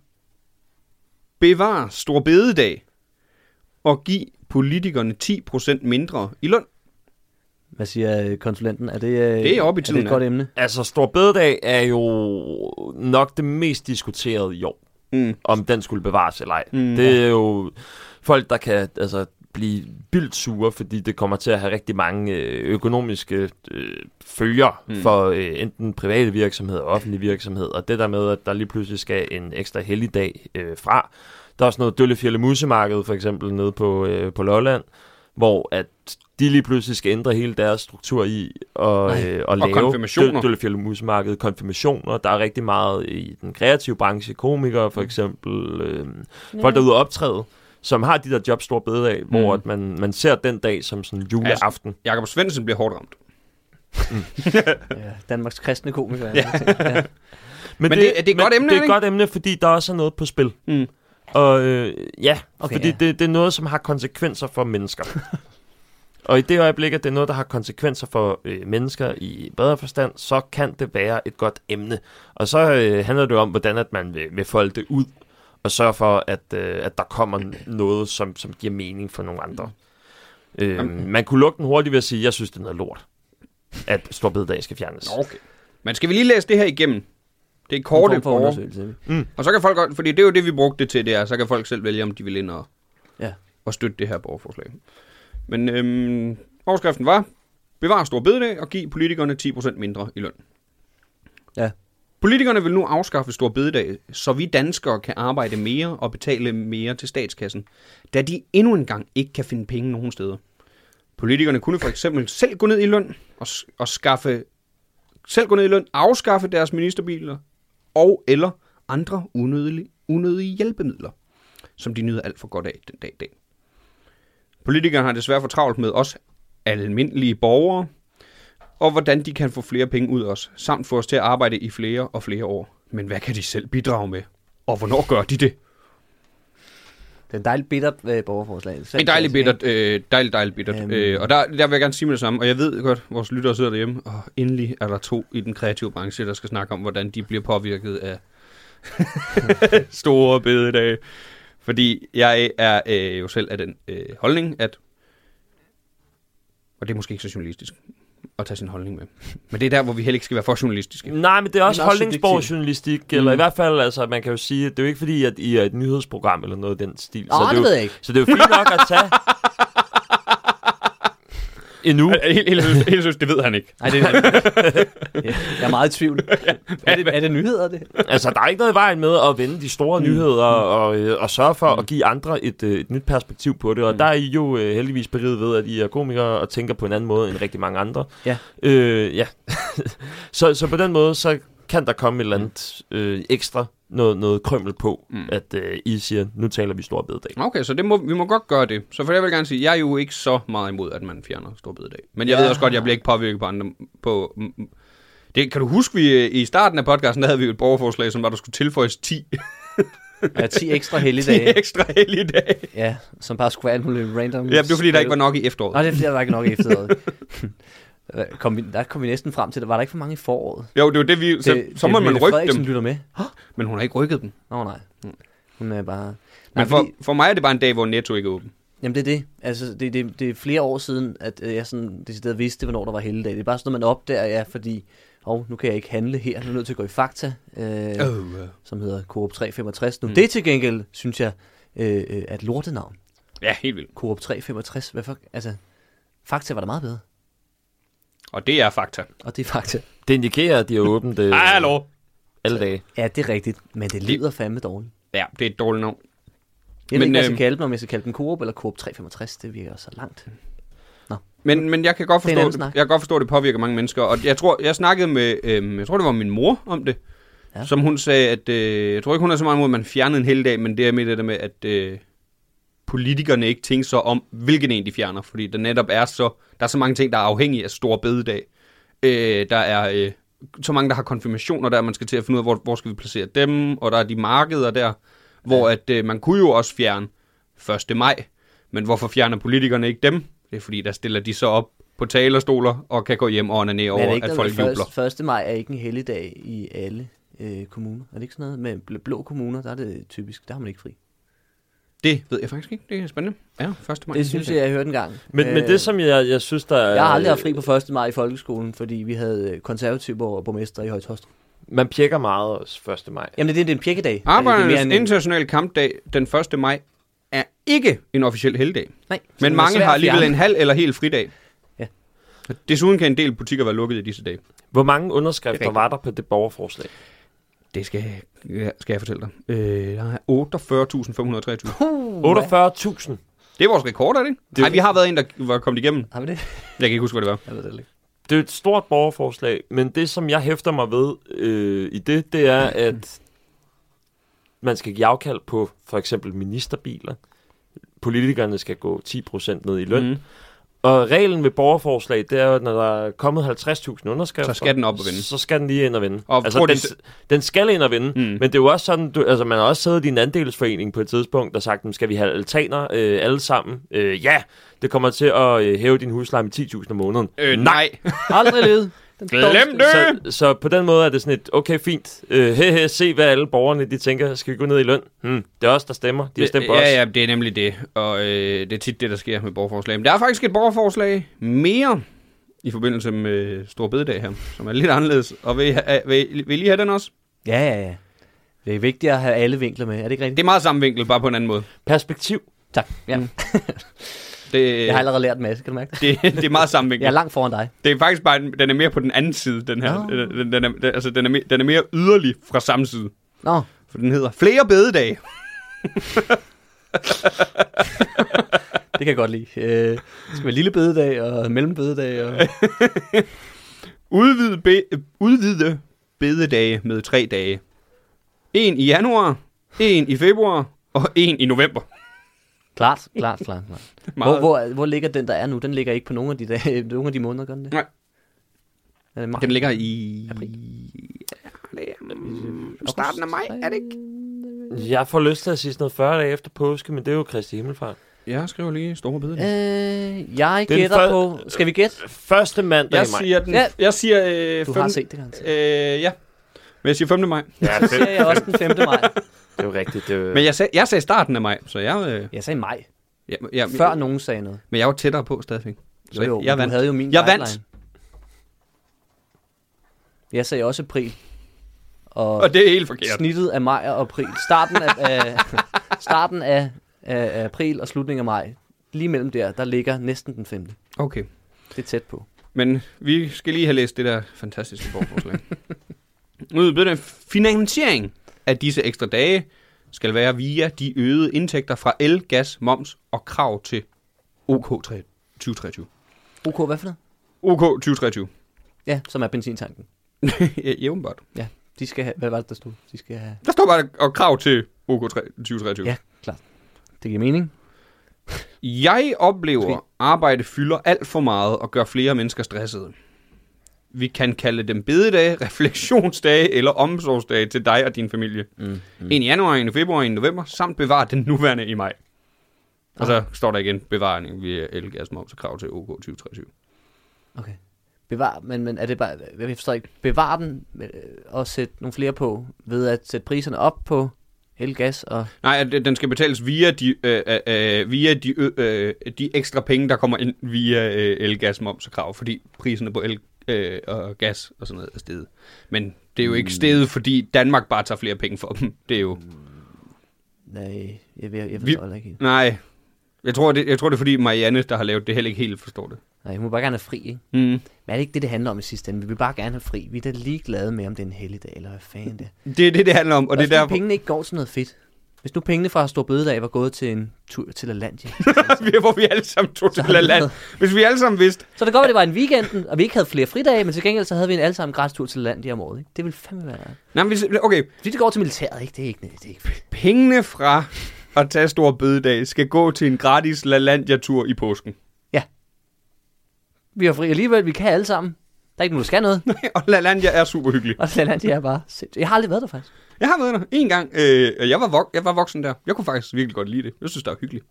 [SPEAKER 1] Bevar stor bededag og giv politikerne 10% mindre i løn.
[SPEAKER 2] Hvad siger øh, konsulenten? Er det, øh,
[SPEAKER 1] Det er oppe i
[SPEAKER 2] er
[SPEAKER 1] tiden,
[SPEAKER 2] det et godt
[SPEAKER 1] ja.
[SPEAKER 2] emne?
[SPEAKER 4] Altså, Stor Bededag er jo nok det mest diskuterede i år.
[SPEAKER 1] Mm.
[SPEAKER 4] om den skulle bevares eller ej. Mm, det er jo folk, der kan altså, blive vildt sure, fordi det kommer til at have rigtig mange øh, økonomiske øh, følger mm. for øh, enten private virksomheder og offentlige virksomheder. Og det der med, at der lige pludselig skal en ekstra helligdag øh, fra. Der er også noget Døllefjælde Musemarked, for eksempel, nede på, øh, på Lolland, hvor at de lige pludselig skal ændre hele deres struktur i og, øh, og lave
[SPEAKER 1] konfirmationer.
[SPEAKER 4] Dø- Døllefjælde Musemarked, konfirmationer. Der er rigtig meget i den kreative branche, komikere for eksempel, øh, folk der er ude at optræde, som har de der job store bededag, mm. hvor at man, man ser den dag som sådan juleaften.
[SPEAKER 1] Jakob Svendsen bliver hårdt ramt.
[SPEAKER 2] Ja, Danmarks kristne komiker. Ja.
[SPEAKER 1] Men det- er det et godt emne,
[SPEAKER 4] Det er
[SPEAKER 1] ikke?
[SPEAKER 4] et godt emne, fordi der også er noget på spil.
[SPEAKER 1] Mm.
[SPEAKER 4] Og øh, ja,
[SPEAKER 2] Okay,
[SPEAKER 4] okay, fordi
[SPEAKER 2] ja.
[SPEAKER 4] ja. Det, det er noget, som har konsekvenser for mennesker. Og i det øjeblik, at det er noget, der har konsekvenser for øh, mennesker i bredere forstand, så kan det være et godt emne. Og så øh, handler det om, hvordan at man vil, vil folde det ud, og sørge for, at, øh, at der kommer noget, som, som giver mening for nogle andre. Øh, man kunne lukke den hurtigt ved at sige, jeg synes, det er noget lort, at Storbededag skal fjernes.
[SPEAKER 1] Okay. Men skal vi lige læse det her igennem? Det er
[SPEAKER 2] En
[SPEAKER 1] kort
[SPEAKER 2] form
[SPEAKER 1] et
[SPEAKER 2] for
[SPEAKER 1] borger.
[SPEAKER 2] undersøgelse. ikke?
[SPEAKER 1] Og så kan folk godt, fordi det er jo det, vi brugte det til, det er, så kan folk selv vælge, om de vil ind og,
[SPEAKER 2] Ja.
[SPEAKER 1] og støtte det her borgerforslag. Men øhm, overskriften var, bevar stor bededag og giv politikerne 10% mindre i løn.
[SPEAKER 2] Ja.
[SPEAKER 1] Politikerne vil nu afskaffe stor bededag, så vi danskere kan arbejde mere og betale mere til statskassen, da de endnu engang ikke kan finde penge nogen steder. Politikerne kunne for eksempel selv gå ned i løn og, s- og skaffe selv gå ned i løn, afskaffe deres ministerbiler og eller andre unødige, unødige hjælpemidler, som de nyder alt for godt af den dag i dag. Politikerne har desværre for travlt med os almindelige borgere, og hvordan de kan få flere penge ud af os, samt få os til at arbejde i flere og flere år. Men hvad kan de selv bidrage med? Og hvornår gør de det?
[SPEAKER 2] Det er en dejlig bitter øh, borgerforslag. Selv
[SPEAKER 1] Et dejligt
[SPEAKER 2] tak.
[SPEAKER 1] bittert, øh, dejligt, dejligt bittert.
[SPEAKER 2] Øhm.
[SPEAKER 1] Øh, og der, der vil jeg gerne sige med det samme, og jeg ved godt, vores lyttere sidder derhjemme, og endelig er der to i den kreative branche, der skal snakke om, hvordan de bliver påvirket af store bededage. Fordi jeg er øh, jo selv af den øh, holdning, at, og det er måske ikke så journalistisk at tage sin holdning med, men det er der, hvor vi heller ikke skal være for journalistiske.
[SPEAKER 4] Nej, men det er også,
[SPEAKER 2] Men også
[SPEAKER 4] holdningsborgsjournalistik, eller i hvert fald, altså, man kan jo sige, at det er jo ikke fordi, at I er et nyhedsprogram eller noget i den stil.
[SPEAKER 2] Åh,
[SPEAKER 4] det,
[SPEAKER 2] det
[SPEAKER 4] er jo,
[SPEAKER 2] ved jeg ikke.
[SPEAKER 4] så det er jo fint nok at tage... Endnu.
[SPEAKER 1] Helt, helt, seriøst- helt seriøst, det ved han ikke.
[SPEAKER 2] Nej, det er, ja, jeg er meget i tvivl. Er det, er det nyheder, det?
[SPEAKER 4] Altså, der er ikke noget i vejen med at vende de store mm. nyheder og, øh, og sørge for at give andre et, øh, et nyt perspektiv på det. Og mm. der er I jo øh, heldigvis beriget ved, at I er komikere og tænker på en anden måde end rigtig mange andre.
[SPEAKER 2] Ja.
[SPEAKER 4] Øh, ja. så, så på den måde, så kan der komme et eller andet øh, ekstra, noget, noget krømmel på, mm. at øh, I siger, nu taler vi stor bededag.
[SPEAKER 1] Okay, så det må, vi må godt gøre det. Så for jeg vil gerne sige, jeg er jo ikke så meget imod, at man fjerner Storbededag. Men jeg ja. ved også godt, at jeg bliver ikke påvirket på andre... På, mm, mm. det, kan du huske, vi øh, i starten af podcasten, der havde vi jo et borgerforslag, som var, der skulle tilføjes 10, 10
[SPEAKER 2] Ja, 10 ekstra helligdage.
[SPEAKER 1] ekstra hellige dage.
[SPEAKER 2] Ja, som bare skulle være alt muligt random.
[SPEAKER 1] Ja, det var fordi, der ikke var nok i
[SPEAKER 2] Nå,
[SPEAKER 1] efteråret.
[SPEAKER 2] det er fordi, der var ikke nok i efteråret. Øh, kom vi, der kom vi næsten frem til, der var der ikke for mange i foråret.
[SPEAKER 1] Jo, det var det, vi... Så,
[SPEAKER 2] Det-
[SPEAKER 1] så
[SPEAKER 2] det
[SPEAKER 1] må
[SPEAKER 2] er
[SPEAKER 1] man
[SPEAKER 2] Mette
[SPEAKER 1] rykke
[SPEAKER 2] Frederiksen
[SPEAKER 1] dem.
[SPEAKER 2] lytter med.
[SPEAKER 1] Men hun har ikke rykket dem.
[SPEAKER 2] Nå nej, hun er bare... Nej,
[SPEAKER 1] Men
[SPEAKER 2] Men for...
[SPEAKER 1] for,
[SPEAKER 2] fordi,
[SPEAKER 1] for mig er det bare en dag, hvor Netto ikke er åben.
[SPEAKER 2] jamen det er det. Altså, det, det, det er flere år siden, at øh, jeg sådan decideret vidste, hvornår der var helligdag. Det er bare sådan noget, man opdager, ja, fordi... Hov, nu kan jeg ikke handle her, nu er jeg nødt til at gå i Fakta. Øh,
[SPEAKER 1] Oh.
[SPEAKER 2] som hedder Coop 365 nu. Mm. Det er til gengæld, synes jeg, øh, øh, er et lortenavn.
[SPEAKER 1] Ja, helt vildt.
[SPEAKER 2] Coop 365, hvad for, altså, Fakta var da meget bedre.
[SPEAKER 1] Og det er fakta.
[SPEAKER 2] Og det er Fakta.
[SPEAKER 4] Det indikerer, at de er åbent øh,
[SPEAKER 1] Ej, hallo.
[SPEAKER 4] alle dage.
[SPEAKER 2] Ja, det er rigtigt, men det lyder fandme dårligt.
[SPEAKER 1] Ja, det er et dårligt navn.
[SPEAKER 2] Jeg ved
[SPEAKER 1] Men,
[SPEAKER 2] ikke, hvad jeg skal
[SPEAKER 1] øhm,
[SPEAKER 2] kalde dem, om jeg skal kalde dem Coop eller Coop 365, det virker så langt.
[SPEAKER 1] Men, men jeg kan godt
[SPEAKER 2] Det er en
[SPEAKER 1] forstå,
[SPEAKER 2] anden
[SPEAKER 1] det, jeg
[SPEAKER 2] snak.
[SPEAKER 1] kan godt forstå, at det påvirker mange mennesker. Og jeg tror, jeg snakkede med, øhm, jeg tror det var min mor om det, ja.
[SPEAKER 2] Ja.
[SPEAKER 1] som hun sagde, at øh, jeg tror ikke, hun er så meget imod, at man fjernede en hel dag, men det er med det der med, at øh, politikerne ikke tænker så om, hvilken en de fjerner, fordi der netop er så, der er så mange ting, der er afhængige af store bededag. Øh, der er øh, så mange, der har konfirmationer der, man skal til at finde ud af, hvor, hvor skal vi placere dem, og der er de markeder der, hvor at, øh, man kunne jo også fjerne 1. maj, men hvorfor fjerner politikerne ikke dem? Det er fordi, der stiller de så op på talerstoler og kan gå hjem og onanere
[SPEAKER 2] Men er det
[SPEAKER 1] over,
[SPEAKER 2] ikke,
[SPEAKER 1] at
[SPEAKER 2] noget
[SPEAKER 1] folk
[SPEAKER 2] med
[SPEAKER 1] jubler.
[SPEAKER 2] først, 1. maj er ikke en helligdag i alle øh, kommuner. Er det ikke sådan noget med bl- blå kommuner, der er det typisk, der har man ikke fri.
[SPEAKER 1] Det ved jeg faktisk ikke. Det er spændende. Ja, 1. maj.
[SPEAKER 2] Det synes jeg, jeg hørte en gang.
[SPEAKER 4] Men, øh, men det, som jeg, jeg synes, der er...
[SPEAKER 2] Jeg har aldrig haft fri på 1. maj i folkeskolen, fordi vi havde øh, konservative borg- borgmester i Højtostrup.
[SPEAKER 4] Man pjekker meget også 1. maj.
[SPEAKER 2] Jamen det, det er en pjekkedag. Det er
[SPEAKER 1] Arbejdernes
[SPEAKER 2] mere en-
[SPEAKER 1] internationale kampdag den 1. maj er ikke en officiel helligdag,
[SPEAKER 2] Nej, så den
[SPEAKER 1] men
[SPEAKER 2] er
[SPEAKER 1] mange
[SPEAKER 2] svær
[SPEAKER 1] har
[SPEAKER 2] at
[SPEAKER 1] alligevel
[SPEAKER 2] fjerne.
[SPEAKER 1] en halv eller helt fridag.
[SPEAKER 2] Ja.
[SPEAKER 1] Desuden kan en del butikker være lukket i disse dage.
[SPEAKER 4] Hvor mange
[SPEAKER 1] Det er
[SPEAKER 4] underskrifter
[SPEAKER 1] rigtigt.
[SPEAKER 4] var der på det borgerforslag?
[SPEAKER 1] Det skal, ja, skal jeg fortælle dig. Øh, der er 48.523.
[SPEAKER 4] 48.000.
[SPEAKER 1] Det er vores rekord, er det ikke?
[SPEAKER 4] er-
[SPEAKER 1] Nej, vi har været en, der var kommet igennem.
[SPEAKER 2] Har vi det?
[SPEAKER 1] Jeg kan ikke huske, hvad det var.
[SPEAKER 2] Jeg ved det ikke.
[SPEAKER 4] Det er et stort borgerforslag, men det, som jeg hæfter mig ved øh, i det, det er, at man skal give afkald på
[SPEAKER 1] Mhm.
[SPEAKER 4] for eksempel ministerbiler. Politikerne skal gå 10% ned i løn. Mm. Og reglen ved borgerforslag, det er jo, at når der er kommet 50.000 underskrifter...
[SPEAKER 1] Så skal den op og vende.
[SPEAKER 4] Så skal den lige ind og vinde.
[SPEAKER 1] Og
[SPEAKER 4] altså,
[SPEAKER 1] tror de
[SPEAKER 4] den,
[SPEAKER 1] så-
[SPEAKER 4] den skal ind og vinde, mm.
[SPEAKER 1] Mm.
[SPEAKER 4] men det er jo også sådan... Du, altså, man har også siddet i en andelsforening på et tidspunkt og sagt, "Men skal vi have altaner øh, alle sammen? Øh, ja, det kommer til at øh, hæve din husleje med 10.000 om måneden.
[SPEAKER 1] Øh, nej.
[SPEAKER 2] Aldrig levet. Den
[SPEAKER 1] Glem
[SPEAKER 2] dårligste-
[SPEAKER 1] det!
[SPEAKER 4] Mm. Så, så på den måde er det sådan et, okay, fint, øh, hehe, se hvad alle borgerne de tænker, skal vi gå ned i løn? Hmm, det er os, der stemmer, de har stemt på os.
[SPEAKER 1] Ja, ja, det er nemlig det. Og øh, det er tit det, der sker med borgerforslag. Men der er faktisk et borgerforslag mere i forbindelse med Stor Bededag her, som er lidt anderledes. Og vil, I ha- vil, vil I lige have den også?
[SPEAKER 2] Ja, ja, ja. Det er vigtigt at have alle vinkler med. Er det ikke rigtigt?
[SPEAKER 1] Det er meget samme vinkel, bare på en anden måde.
[SPEAKER 4] Perspektiv.
[SPEAKER 2] Tak. Ja.
[SPEAKER 1] Mm. Det,
[SPEAKER 2] Jeg har allerede lært en masse, kan du mærke det?
[SPEAKER 1] det, det er meget samme vinkel.
[SPEAKER 2] Jeg er langt foran dig.
[SPEAKER 1] Det er faktisk bare, en- den er mere på den anden side, den her.
[SPEAKER 2] Nå.
[SPEAKER 1] Oh. Den, den, er, den, altså, den, er, me- den er mere yderlig fra samme side.
[SPEAKER 2] Nå,
[SPEAKER 1] For den hedder Flere bededage.
[SPEAKER 2] det kan jeg godt lide. Øh, det skal være lille bededag og mellembededag. Og...
[SPEAKER 1] Udvide, be, udvide bededage med tre dage. En i januar, en i februar og en i november.
[SPEAKER 2] Klart, klart, klart. klart. Hvor,
[SPEAKER 1] Meget-
[SPEAKER 2] hvor, hvor ligger den, der er nu? Den ligger ikke på nogen af de, dage, nogen af de måneder, gør den det?
[SPEAKER 1] Nej.
[SPEAKER 2] Er det maj?
[SPEAKER 1] Den ligger i...
[SPEAKER 2] April.
[SPEAKER 1] Ja, det er, mm, starten af maj, er det ikke?
[SPEAKER 4] Jeg får lyst til at sige sådan noget 40 dage efter påske, men det er jo Kristi Himmelfart.
[SPEAKER 1] Jeg skriver lige store bededage.
[SPEAKER 2] Øh, jeg
[SPEAKER 4] Den
[SPEAKER 2] gætter
[SPEAKER 4] fol-
[SPEAKER 2] på... Skal vi gætte?
[SPEAKER 4] Første mandag
[SPEAKER 1] Jeg
[SPEAKER 4] i maj.
[SPEAKER 1] siger den...
[SPEAKER 2] Ja.
[SPEAKER 1] Jeg siger... Øh,
[SPEAKER 2] Du
[SPEAKER 1] fem-
[SPEAKER 2] har set det, garanteret.
[SPEAKER 1] Øh, ja. Men jeg siger 5. maj.
[SPEAKER 4] Ja,
[SPEAKER 2] Så siger
[SPEAKER 4] det,
[SPEAKER 2] jeg også den 5. maj.
[SPEAKER 4] det er jo rigtigt. Det er jo...
[SPEAKER 1] Men jeg sagde, jeg sagde starten af maj, så jeg... Øh,
[SPEAKER 2] Jeg sagde maj,
[SPEAKER 1] jeg, jeg
[SPEAKER 2] før nogen sagde noget.
[SPEAKER 1] Men jeg var tættere på stadigvæk.
[SPEAKER 2] Jo, jo,
[SPEAKER 1] jeg
[SPEAKER 2] men
[SPEAKER 1] vandt.
[SPEAKER 2] du havde jo min
[SPEAKER 1] Jeg
[SPEAKER 2] guideline.
[SPEAKER 1] vandt.
[SPEAKER 2] Jeg sagde også april. Og,
[SPEAKER 1] Og det er helt forkert.
[SPEAKER 2] snittet af maj og april. Starten af, af, starten af, af, af april og slutningen af maj. Lige mellem der, der ligger næsten den 5.
[SPEAKER 1] Okay.
[SPEAKER 2] Det er tæt på.
[SPEAKER 1] Men vi skal lige have læst det der fantastiske borgerforslag. Nu bliver det finansiering af disse ekstra dage skal være via de øgede indtægter fra el, gas, moms og krav til OK 2023.
[SPEAKER 2] OK, hvad for
[SPEAKER 1] OK
[SPEAKER 2] noget?
[SPEAKER 1] 2023.
[SPEAKER 2] Ja, som er benzintanken.
[SPEAKER 1] ja, jævnbart.
[SPEAKER 2] Ja, de skal have, hvad var det, der stod? De skal have,
[SPEAKER 1] Der står bare og krav til OK 2023.
[SPEAKER 2] ja, klart. Det giver mening.
[SPEAKER 1] Jeg oplever, arbejde fylder alt for meget og gør flere mennesker stressede. Vi kan kalde dem bededage, refleksionsdage eller omsorgsdage til dig og din familie.
[SPEAKER 2] Mm, mm.
[SPEAKER 1] En i januar, en i februar, en i november, samt bevare den nuværende i maj. Og
[SPEAKER 2] Ah.
[SPEAKER 1] så står der igen bevaring via el, gas, moms og krav til OK 2023.
[SPEAKER 2] Okay. Bevar, men, men er det bare, jeg forstår ikke, bevar den øh, og sæt nogle flere på, ved at sætte priserne op på el, gas og...
[SPEAKER 1] Nej, at, øh, den skal betales via de, øh, øh, øh, via de, ø- øh, de ekstra penge, der kommer ind via øh, el, gas, moms og krav, fordi priserne på el øh, og gas og sådan noget er steget. Men det er jo
[SPEAKER 2] Mm.
[SPEAKER 1] ikke steget, fordi Danmark bare tager flere penge for dem. Det er jo...
[SPEAKER 2] Nej, jeg, jeg, jeg
[SPEAKER 1] Vi-
[SPEAKER 2] forstår heller ikke. helt.
[SPEAKER 1] Nej. Jeg tror, det, jeg tror, det er fordi Marianne, der har lavet det, heller ikke helt forstår det.
[SPEAKER 2] Nej, hun må bare gerne have fri, ikke?
[SPEAKER 1] Mm.
[SPEAKER 2] Men er det ikke det, det handler om i sidste ende? Vi vil bare gerne have fri. Vi er da ligeglade med, om det er en helligdag, eller hvad fanden det er.
[SPEAKER 1] Det er det, det handler om, og det er
[SPEAKER 2] derfor...
[SPEAKER 1] derfor...
[SPEAKER 2] pengene ikke går til noget fedt. Hvis nu pengene fra Stor Bødedag var gået til en tur til Lalandia,
[SPEAKER 1] hvor vi alle sammen tog til
[SPEAKER 2] Så har vi
[SPEAKER 1] land.
[SPEAKER 2] noget.
[SPEAKER 1] Hvis vi alle sammen vidste,
[SPEAKER 2] så det godt, at det var en weekenden, og vi ikke havde flere fridage, men til gengæld så havde vi en alle sammen gratis tur til Lalandia om året. Ikke? Det ville fandme være rart.
[SPEAKER 1] Nej, men hvis, okay,
[SPEAKER 2] Fordi det går til militæret, ikke? Det er ikke... Det er ikke.
[SPEAKER 1] pengene fra at tage stor bødedag skal gå til en gratis LaLandia-tur i påsken.
[SPEAKER 2] Vi har fri alligevel, vi kan alle sammen. Der er ikke nogen, der skal noget.
[SPEAKER 1] og LaLandia er super hyggelig.
[SPEAKER 2] Og Lalandia er bare sindssygt. Jeg har aldrig været der faktisk.
[SPEAKER 1] Jeg har været der en gang. Øh, og jeg, var vok- jeg var voksen der. Jeg kunne faktisk virkelig godt lide det. Jeg synes, det var hyggeligt.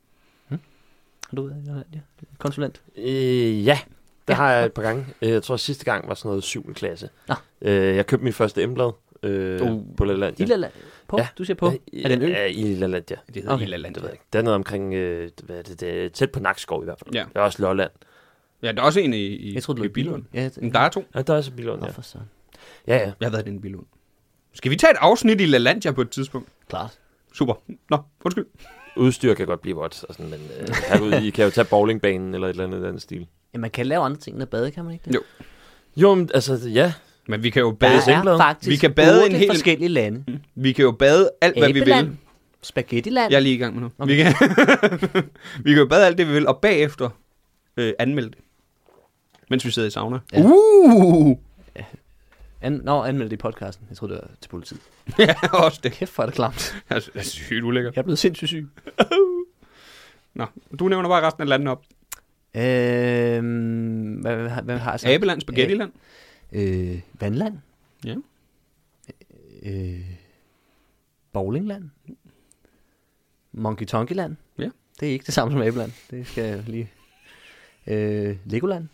[SPEAKER 2] Har du været i Lalandia? Konsulent.
[SPEAKER 4] Øh, ja, det har jeg et par gange. Øh, Jeg tror, sidste gang var sådan noget 7. klasse.
[SPEAKER 2] Nå.
[SPEAKER 4] Øh, jeg købte min første M-blad øh,
[SPEAKER 1] Uh.
[SPEAKER 4] på
[SPEAKER 2] I
[SPEAKER 4] LaLandia.
[SPEAKER 2] Lalandia? På?
[SPEAKER 4] Ja.
[SPEAKER 2] Du siger på? Er det en ø?
[SPEAKER 4] Ja, i LaLandia.
[SPEAKER 1] Det hedder okay.
[SPEAKER 4] Det
[SPEAKER 1] LaLandia.
[SPEAKER 4] ved jeg ikke. Det er noget omkring, øh, hvad er det, det er tæt på Nakskov i hvert fald.
[SPEAKER 1] Ja.
[SPEAKER 4] Der er også Lolland.
[SPEAKER 1] Ja, der er også en i, i,
[SPEAKER 2] Jeg troede, det
[SPEAKER 1] i
[SPEAKER 2] var i Billund.
[SPEAKER 1] Billund.
[SPEAKER 2] Ja,
[SPEAKER 1] Men Der er to.
[SPEAKER 4] Ja, der er også Bilund, ja.
[SPEAKER 2] Nå, for søren.
[SPEAKER 4] Ja, ja.
[SPEAKER 1] Jeg har været i den i Billund. Skal vi tage et afsnit i LaLandia på et tidspunkt?
[SPEAKER 2] Klart.
[SPEAKER 1] Super. Nå, undskyld.
[SPEAKER 4] Udstyr kan godt blive vådt, og sådan, men øh, herude, I kan jo tage bowlingbanen eller et eller andet i den stil.
[SPEAKER 2] Ja, man kan lave andre ting end at bade, kan man ikke det?
[SPEAKER 1] Jo.
[SPEAKER 4] Jo, men altså, ja.
[SPEAKER 1] Men vi kan jo
[SPEAKER 2] Der
[SPEAKER 1] bade,
[SPEAKER 4] Ja.
[SPEAKER 2] er
[SPEAKER 4] Singlet.
[SPEAKER 2] faktisk
[SPEAKER 1] Vi kan bade
[SPEAKER 2] otte
[SPEAKER 1] en hel-
[SPEAKER 2] forskellige lande.
[SPEAKER 1] vi kan jo bade alt, hvad vi vil.
[SPEAKER 2] Abeland, Spaghettiland.
[SPEAKER 1] Jeg er
[SPEAKER 2] Ja.
[SPEAKER 1] lige i gang med noget. Okay. Vi, kan, vi kan jo bade alt det, vi vil, og bagefter øh, anmelde det. Mens vi sidder i sauna.
[SPEAKER 2] Ja.
[SPEAKER 1] Uh!
[SPEAKER 2] An, nå, anmeld det i podcasten. Jeg tror det var til politiet.
[SPEAKER 1] ja, også det.
[SPEAKER 2] Kæft, hvor er det klamt.
[SPEAKER 1] Jeg synes, Det er sygt ulækkert.
[SPEAKER 2] Jeg er blevet sindssygt syg.
[SPEAKER 1] Nå, du nævner bare resten af landet op.
[SPEAKER 2] Øhm, hvad, hvad, hvad har jeg så?
[SPEAKER 1] Abeland, Spaghettiland.
[SPEAKER 2] Øh, Vandland.
[SPEAKER 1] Ja.
[SPEAKER 2] Øh, bowlingland. Monkey Tonkyland.
[SPEAKER 1] Ja.
[SPEAKER 2] Det er ikke det samme som Abeland. Det skal jeg lige... Øh, Legoland.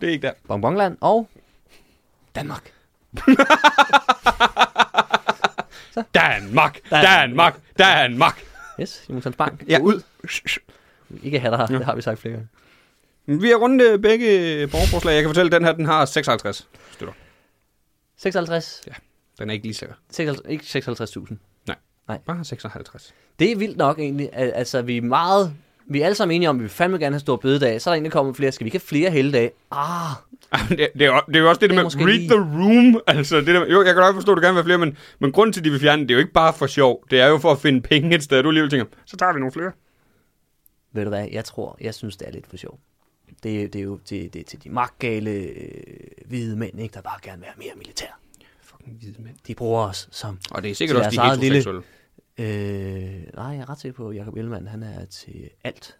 [SPEAKER 1] Det er ikke der.
[SPEAKER 2] Bonbonland og Danmark.
[SPEAKER 1] Danmark, Danmark, Danmark.
[SPEAKER 2] Yes, Jonathan Spang.
[SPEAKER 1] Ja, ud.
[SPEAKER 2] Ikke hatter her, det har vi sagt flere gange.
[SPEAKER 1] Vi har rundet begge borgerforslag. Jeg kan fortælle, at den her den har 56 støtter.
[SPEAKER 2] 56.
[SPEAKER 1] Den er ikke lige sikker.
[SPEAKER 2] 56 ikke 56.000.
[SPEAKER 1] Bare 56.
[SPEAKER 2] Det er vildt nok egentlig. Al- Altså, vi er meget... Vi er alle sammen enige om, at vi vil fandme gerne have stor bødedag. Så er der egentlig kommet flere. Skal vi ikke have flere helgedage? Ah,
[SPEAKER 1] Ej, men Det, det, er, jo- det er jo også det,
[SPEAKER 2] Det
[SPEAKER 1] det
[SPEAKER 2] er
[SPEAKER 1] der
[SPEAKER 2] måske
[SPEAKER 1] med read
[SPEAKER 2] lige-
[SPEAKER 1] the room. Altså, det der, jo, jeg kan godt forstå, at du gerne vil have flere, men, men grunden til, at de vil fjerne, den, det er jo ikke bare for sjov. Det er jo for at finde penge et sted, og du alligevel tænker, så tager vi nogle flere.
[SPEAKER 2] ved du hvad? Jeg tror, jeg synes, det er lidt for sjovt. Det, det er jo det, det er til de magtgale øh, hvide mænd, ikke, der bare gerne vil have mere militær.
[SPEAKER 1] Fucking hvide mænd.
[SPEAKER 2] De bruger os som...
[SPEAKER 1] Og det er sikkert
[SPEAKER 2] Til
[SPEAKER 1] også de
[SPEAKER 2] deres eget lille-
[SPEAKER 1] heteroseksuelle.
[SPEAKER 2] Øh, nej, jeg er ret sikker på, at Jacob Ellemann, han er til alt.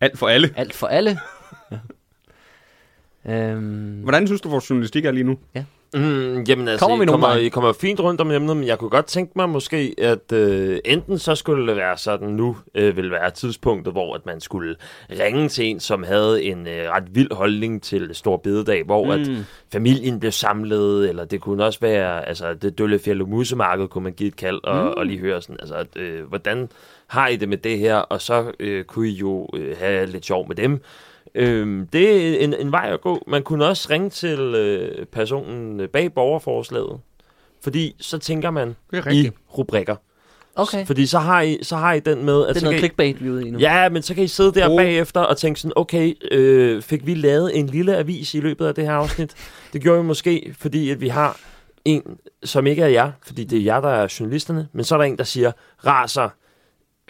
[SPEAKER 1] Alt for alle.
[SPEAKER 2] Alt for alle. ja. øhm,
[SPEAKER 1] Hvordan synes du, vores journalistik er lige nu?
[SPEAKER 4] Mm, jamen altså,
[SPEAKER 2] Kommer vi
[SPEAKER 4] I,
[SPEAKER 2] nogen
[SPEAKER 4] kommer,
[SPEAKER 2] vej?
[SPEAKER 4] I kommer fint rundt om emnet, men jeg kunne godt tænke mig måske, at øh, enten så skulle det være sådan, nu øh, vil være tidspunktet, hvor at man skulle ringe til en, som havde en øh, ret vild holdning til Stor Bededag, hvor mm. at familien blev samlet, eller det kunne også være, altså det Døllefjell og Musemarked kunne man give et kald og, mm. og lige høre sådan, altså at, øh, hvordan har I det med det her, og så øh, kunne I jo øh, have lidt sjov med dem. Øhm, det er en, en vej at gå. Man kunne også ringe til øh, personen bag borgerforslaget, fordi så tænker man
[SPEAKER 1] Det er
[SPEAKER 4] i rubrikker.
[SPEAKER 2] okay,
[SPEAKER 4] Fordi så har, I, så har I den med... At
[SPEAKER 2] det er
[SPEAKER 4] så
[SPEAKER 2] noget
[SPEAKER 4] kan I-
[SPEAKER 2] clickbait, vi er ude i nu.
[SPEAKER 4] Ja, men så kan I sidde der
[SPEAKER 1] Oh.
[SPEAKER 4] oh. bagefter og tænke sådan, okay, øh, fik vi lavet en lille avis i løbet af det her afsnit? Det gjorde vi måske, fordi at vi har en, som ikke er jer, fordi det er jer, der er journalisterne, men så er der en, der siger, raser,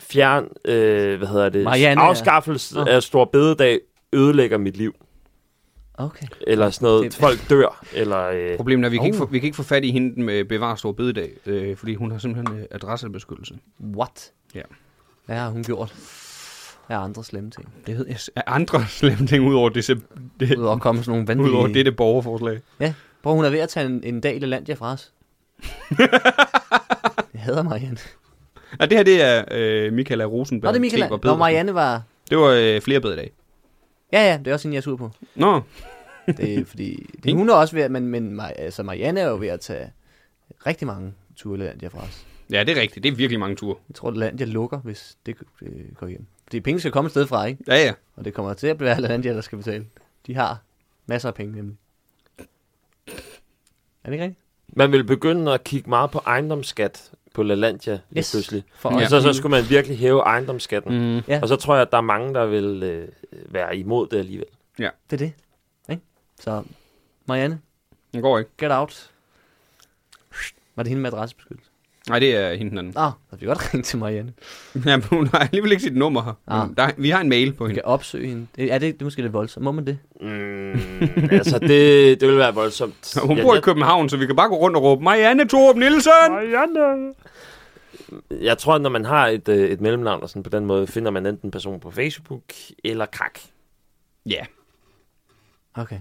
[SPEAKER 4] fjern, øh, hvad hedder det,
[SPEAKER 2] Marianne er-
[SPEAKER 4] afskaffelse
[SPEAKER 2] Nå.
[SPEAKER 4] af stor bededag, ødelægger mit liv,
[SPEAKER 2] Okay.
[SPEAKER 4] eller sådan noget,
[SPEAKER 2] Det-
[SPEAKER 4] det... folk dør, eller... Øh,
[SPEAKER 1] Problemet er, at vi, kan ikke
[SPEAKER 2] Oh.
[SPEAKER 1] få, vi kan ikke få fat i hende med bevar stor bededag, øh, fordi hun har simpelthen øh, adressebeskyttelse.
[SPEAKER 2] What?
[SPEAKER 1] Ja.
[SPEAKER 2] Hvad har hun gjort? Hvad er andre slemme ting?
[SPEAKER 1] Det ved jeg. s- Er andre slemme ting ud over, disse, det,
[SPEAKER 2] Udover at komme sådan nogle vanvittige...
[SPEAKER 1] ud over dette borgerforslag?
[SPEAKER 2] Ja, hvor hun er ved at tage en, en dag i Lalandia fra os. jeg hader Marianne.
[SPEAKER 1] Ja, det her det er øh, Michaela Rosenberg.
[SPEAKER 2] Nå, det er
[SPEAKER 1] Kleber
[SPEAKER 2] Michael. Når
[SPEAKER 1] Pedersen.
[SPEAKER 2] Marianne var...
[SPEAKER 1] Det var øh, flere bededage.
[SPEAKER 2] Ja, ja, det er også hende, jeg er sur på.
[SPEAKER 1] Nå,
[SPEAKER 2] Det er fordi... Det, hun er også ved at... Men, men Mar- altså, Marianne er jo ved at tage rigtig mange ture i Lalandia fra os.
[SPEAKER 1] ja, det er rigtigt. Det er virkelig mange ture.
[SPEAKER 2] Jeg tror, Lalandia lukker, hvis det øh, går hjem. Fordi penge skal komme et sted fra, ikke?
[SPEAKER 1] Ja, ja.
[SPEAKER 2] Og det kommer til at være Lalandia, der skal betale. De har masser af penge, nemlig. Er det ikke rigtigt?
[SPEAKER 4] man vil begynde at kigge meget på ejendomsskat på LaLandia lige
[SPEAKER 2] Yes.
[SPEAKER 4] pludselig.
[SPEAKER 2] For
[SPEAKER 1] Ja.
[SPEAKER 4] Og så, så skulle man virkelig hæve ejendomsskatten.
[SPEAKER 1] Mm.
[SPEAKER 2] Ja.
[SPEAKER 4] Og så tror jeg, at der er mange, der vil øh, være imod det alligevel.
[SPEAKER 2] Det er det. Ikke? Så Marianne,
[SPEAKER 1] Den går ikke.
[SPEAKER 2] get out. Var det hende med adressebeskyttelse?
[SPEAKER 1] Nej, det er hende den anden.
[SPEAKER 2] Nå, ah, så vi kan godt ringe til Marianne.
[SPEAKER 1] Ja, men hun har alligevel ikke sit nummer her.
[SPEAKER 2] Ah.
[SPEAKER 1] Ah. Der, vi har en mail på
[SPEAKER 2] Vi
[SPEAKER 1] hende.
[SPEAKER 2] kan opsøge hende. Det- Er det, det er måske lidt voldsomt? Må man det?
[SPEAKER 4] Mm, altså, det, det vil være voldsomt.
[SPEAKER 1] Hun bor i
[SPEAKER 4] jeg,
[SPEAKER 1] København, så vi kan bare gå rundt og råbe, Marianne Torup Nielsen!
[SPEAKER 4] jeg, jeg tror, at når man har et, øh, et mellemnavn og sådan på den måde, finder man enten en person på Facebook eller krak.
[SPEAKER 1] Ja,
[SPEAKER 2] Okay.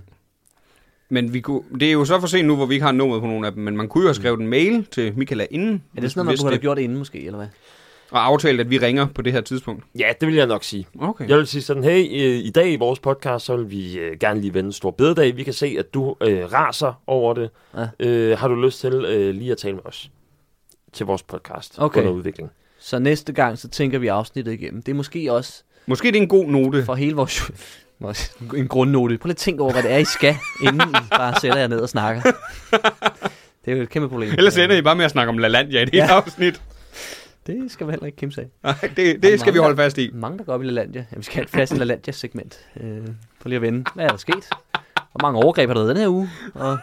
[SPEAKER 1] men vi kunne, det er jo så for sent nu, hvor vi ikke har nummeret på nogen af dem, men man kunne jo have skrevet en mail til Michaela inden.
[SPEAKER 2] Er det
[SPEAKER 1] hvis vi
[SPEAKER 2] sådan noget, man kunne
[SPEAKER 1] vidste
[SPEAKER 2] have gjort inden måske, eller hvad?
[SPEAKER 1] det, Og aftalt, at vi ringer på det her tidspunkt.
[SPEAKER 4] Ja, det vil jeg nok sige.
[SPEAKER 1] Okay.
[SPEAKER 4] Jeg vil sige sådan, hey, øh, i dag i vores podcast, så vil vi øh, gerne lige vende en stor bededag. Vi kan se, at du øh, raser over det.
[SPEAKER 2] Ja.
[SPEAKER 4] Ja. Øh, har du lyst til øh, lige at tale med os til vores podcast
[SPEAKER 2] Okay.
[SPEAKER 4] under udvikling?
[SPEAKER 2] Så næste gang, så tænker vi afsnittet igennem. Det er måske også
[SPEAKER 1] Måske det er en god note.
[SPEAKER 2] for hele vores... vores- En grundnote. Prøv lige at tænke over, hvad det er, I skal, inden I bare sætter jer ned og snakker. Det er jo et kæmpe problem.
[SPEAKER 1] Ellers ender I bare med at snakke om LaLandia i det
[SPEAKER 2] Ja.
[SPEAKER 1] ja. afsnit.
[SPEAKER 2] Det skal man heller ikke kæmpe sig af.
[SPEAKER 1] Ej, det, det skal vi holde fast i.
[SPEAKER 2] Mange, der går op i LaLandia. Ja, vi skal have et fast LaLandia-segment. Øh, for lige at vende. Hvad er der sket? Hvor mange overgreb har der været den her uge? Og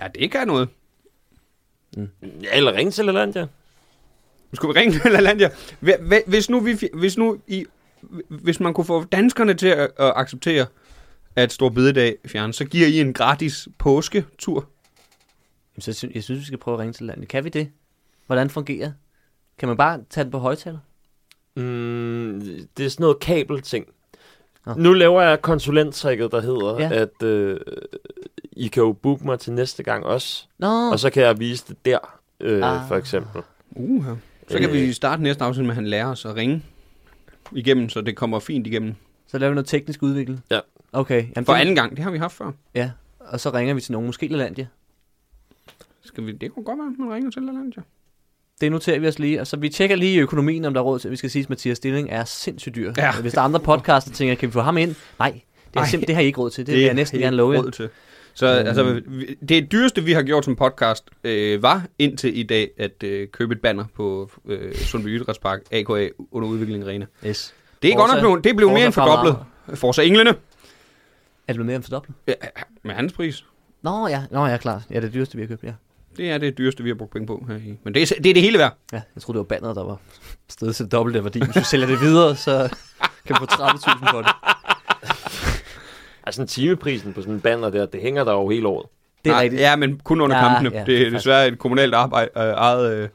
[SPEAKER 1] Ja, det kan noget.
[SPEAKER 4] Ja, eller ring til LaLandia.
[SPEAKER 1] Skulle vi ringe til LaLandia? Hva- hva- Hvis nu, vi, fi- hvis nu I, hvis man kunne få danskerne til at, at acceptere, at Stor Bededag fjernes, så giver I en gratis påsketur.
[SPEAKER 2] Jamen, så sy- jeg synes, vi skal prøve at ringe til LaLandia. Kan vi det? Hvordan fungerer? Kan man bare tage den på højtaler?
[SPEAKER 4] Mm, det er sådan noget kabelting. Nu laver jeg konsulenttrækket, der hedder,
[SPEAKER 2] Ja.
[SPEAKER 4] ja. at øh, I kan jo booke mig til næste gang også,
[SPEAKER 2] Nå,
[SPEAKER 4] og så kan jeg vise det der, øh,
[SPEAKER 2] Mm. Ah.
[SPEAKER 4] for eksempel.
[SPEAKER 1] Uh, så kan
[SPEAKER 2] Øh.
[SPEAKER 1] vi starte næste afsnit med, at han lærer os at ringe igennem, så det kommer fint igennem.
[SPEAKER 2] så laver vi noget teknisk udviklet.
[SPEAKER 4] Ja.
[SPEAKER 2] Okay. Jamen,
[SPEAKER 1] For
[SPEAKER 2] det-
[SPEAKER 1] anden gang, det har vi haft før.
[SPEAKER 2] Ja, og så ringer vi til nogen, måske Lalandia.
[SPEAKER 1] Skal vi, det kunne godt være, at man ringer til Lalandia.
[SPEAKER 2] Det noterer vi os lige, og så vi tjekker lige i økonomien, om der er råd til, vi skal sige, at Mathias Stilling er sindssygt dyr.
[SPEAKER 1] Ja.
[SPEAKER 2] Hvis der er andre podcaster, der tænker, kan vi få ham ind? Nej, det, er
[SPEAKER 1] Ej.
[SPEAKER 2] simpelthen, det har I ikke råd til. Det, vil jeg næsten
[SPEAKER 1] er
[SPEAKER 2] gerne love jer. Mm.
[SPEAKER 1] råd til. Så altså, vi- det dyreste, vi har gjort som podcast, øh, var indtil i dag at øh, købe et banner på øh, Sundby Idrætspark, AKA under udvikling Arena.
[SPEAKER 2] Yes.
[SPEAKER 1] Det er godt
[SPEAKER 2] Forza-
[SPEAKER 1] nok blevet, det blev mere end
[SPEAKER 2] Forza fremad.
[SPEAKER 1] fordoblet. Forza Englene
[SPEAKER 2] Er det blevet mere end fordoblet?
[SPEAKER 1] ja, med hans pris.
[SPEAKER 2] Nå ja, Nå, ja, klart. Ja, det er det dyreste, vi har købt, ja.
[SPEAKER 1] Det er det dyreste, vi har brugt penge på. Her i. Men det er, det er det hele værd.
[SPEAKER 2] Ja, jeg troede, det var banneret, der var stedet til det dobbelte af værdien. Hvis du sælger det videre, så kan du få 30.000 for det.
[SPEAKER 4] Altså en timeprisen på sådan en banner der, det hænger der jo hele året.
[SPEAKER 2] Det er
[SPEAKER 1] Nej,
[SPEAKER 2] rigtigt.
[SPEAKER 1] Ja, men kun under
[SPEAKER 2] Ja,
[SPEAKER 1] ja, kampene.
[SPEAKER 2] ja,
[SPEAKER 1] Ja, det er
[SPEAKER 2] faktisk.
[SPEAKER 1] desværre et kommunalt arbejde, øh, eget øh,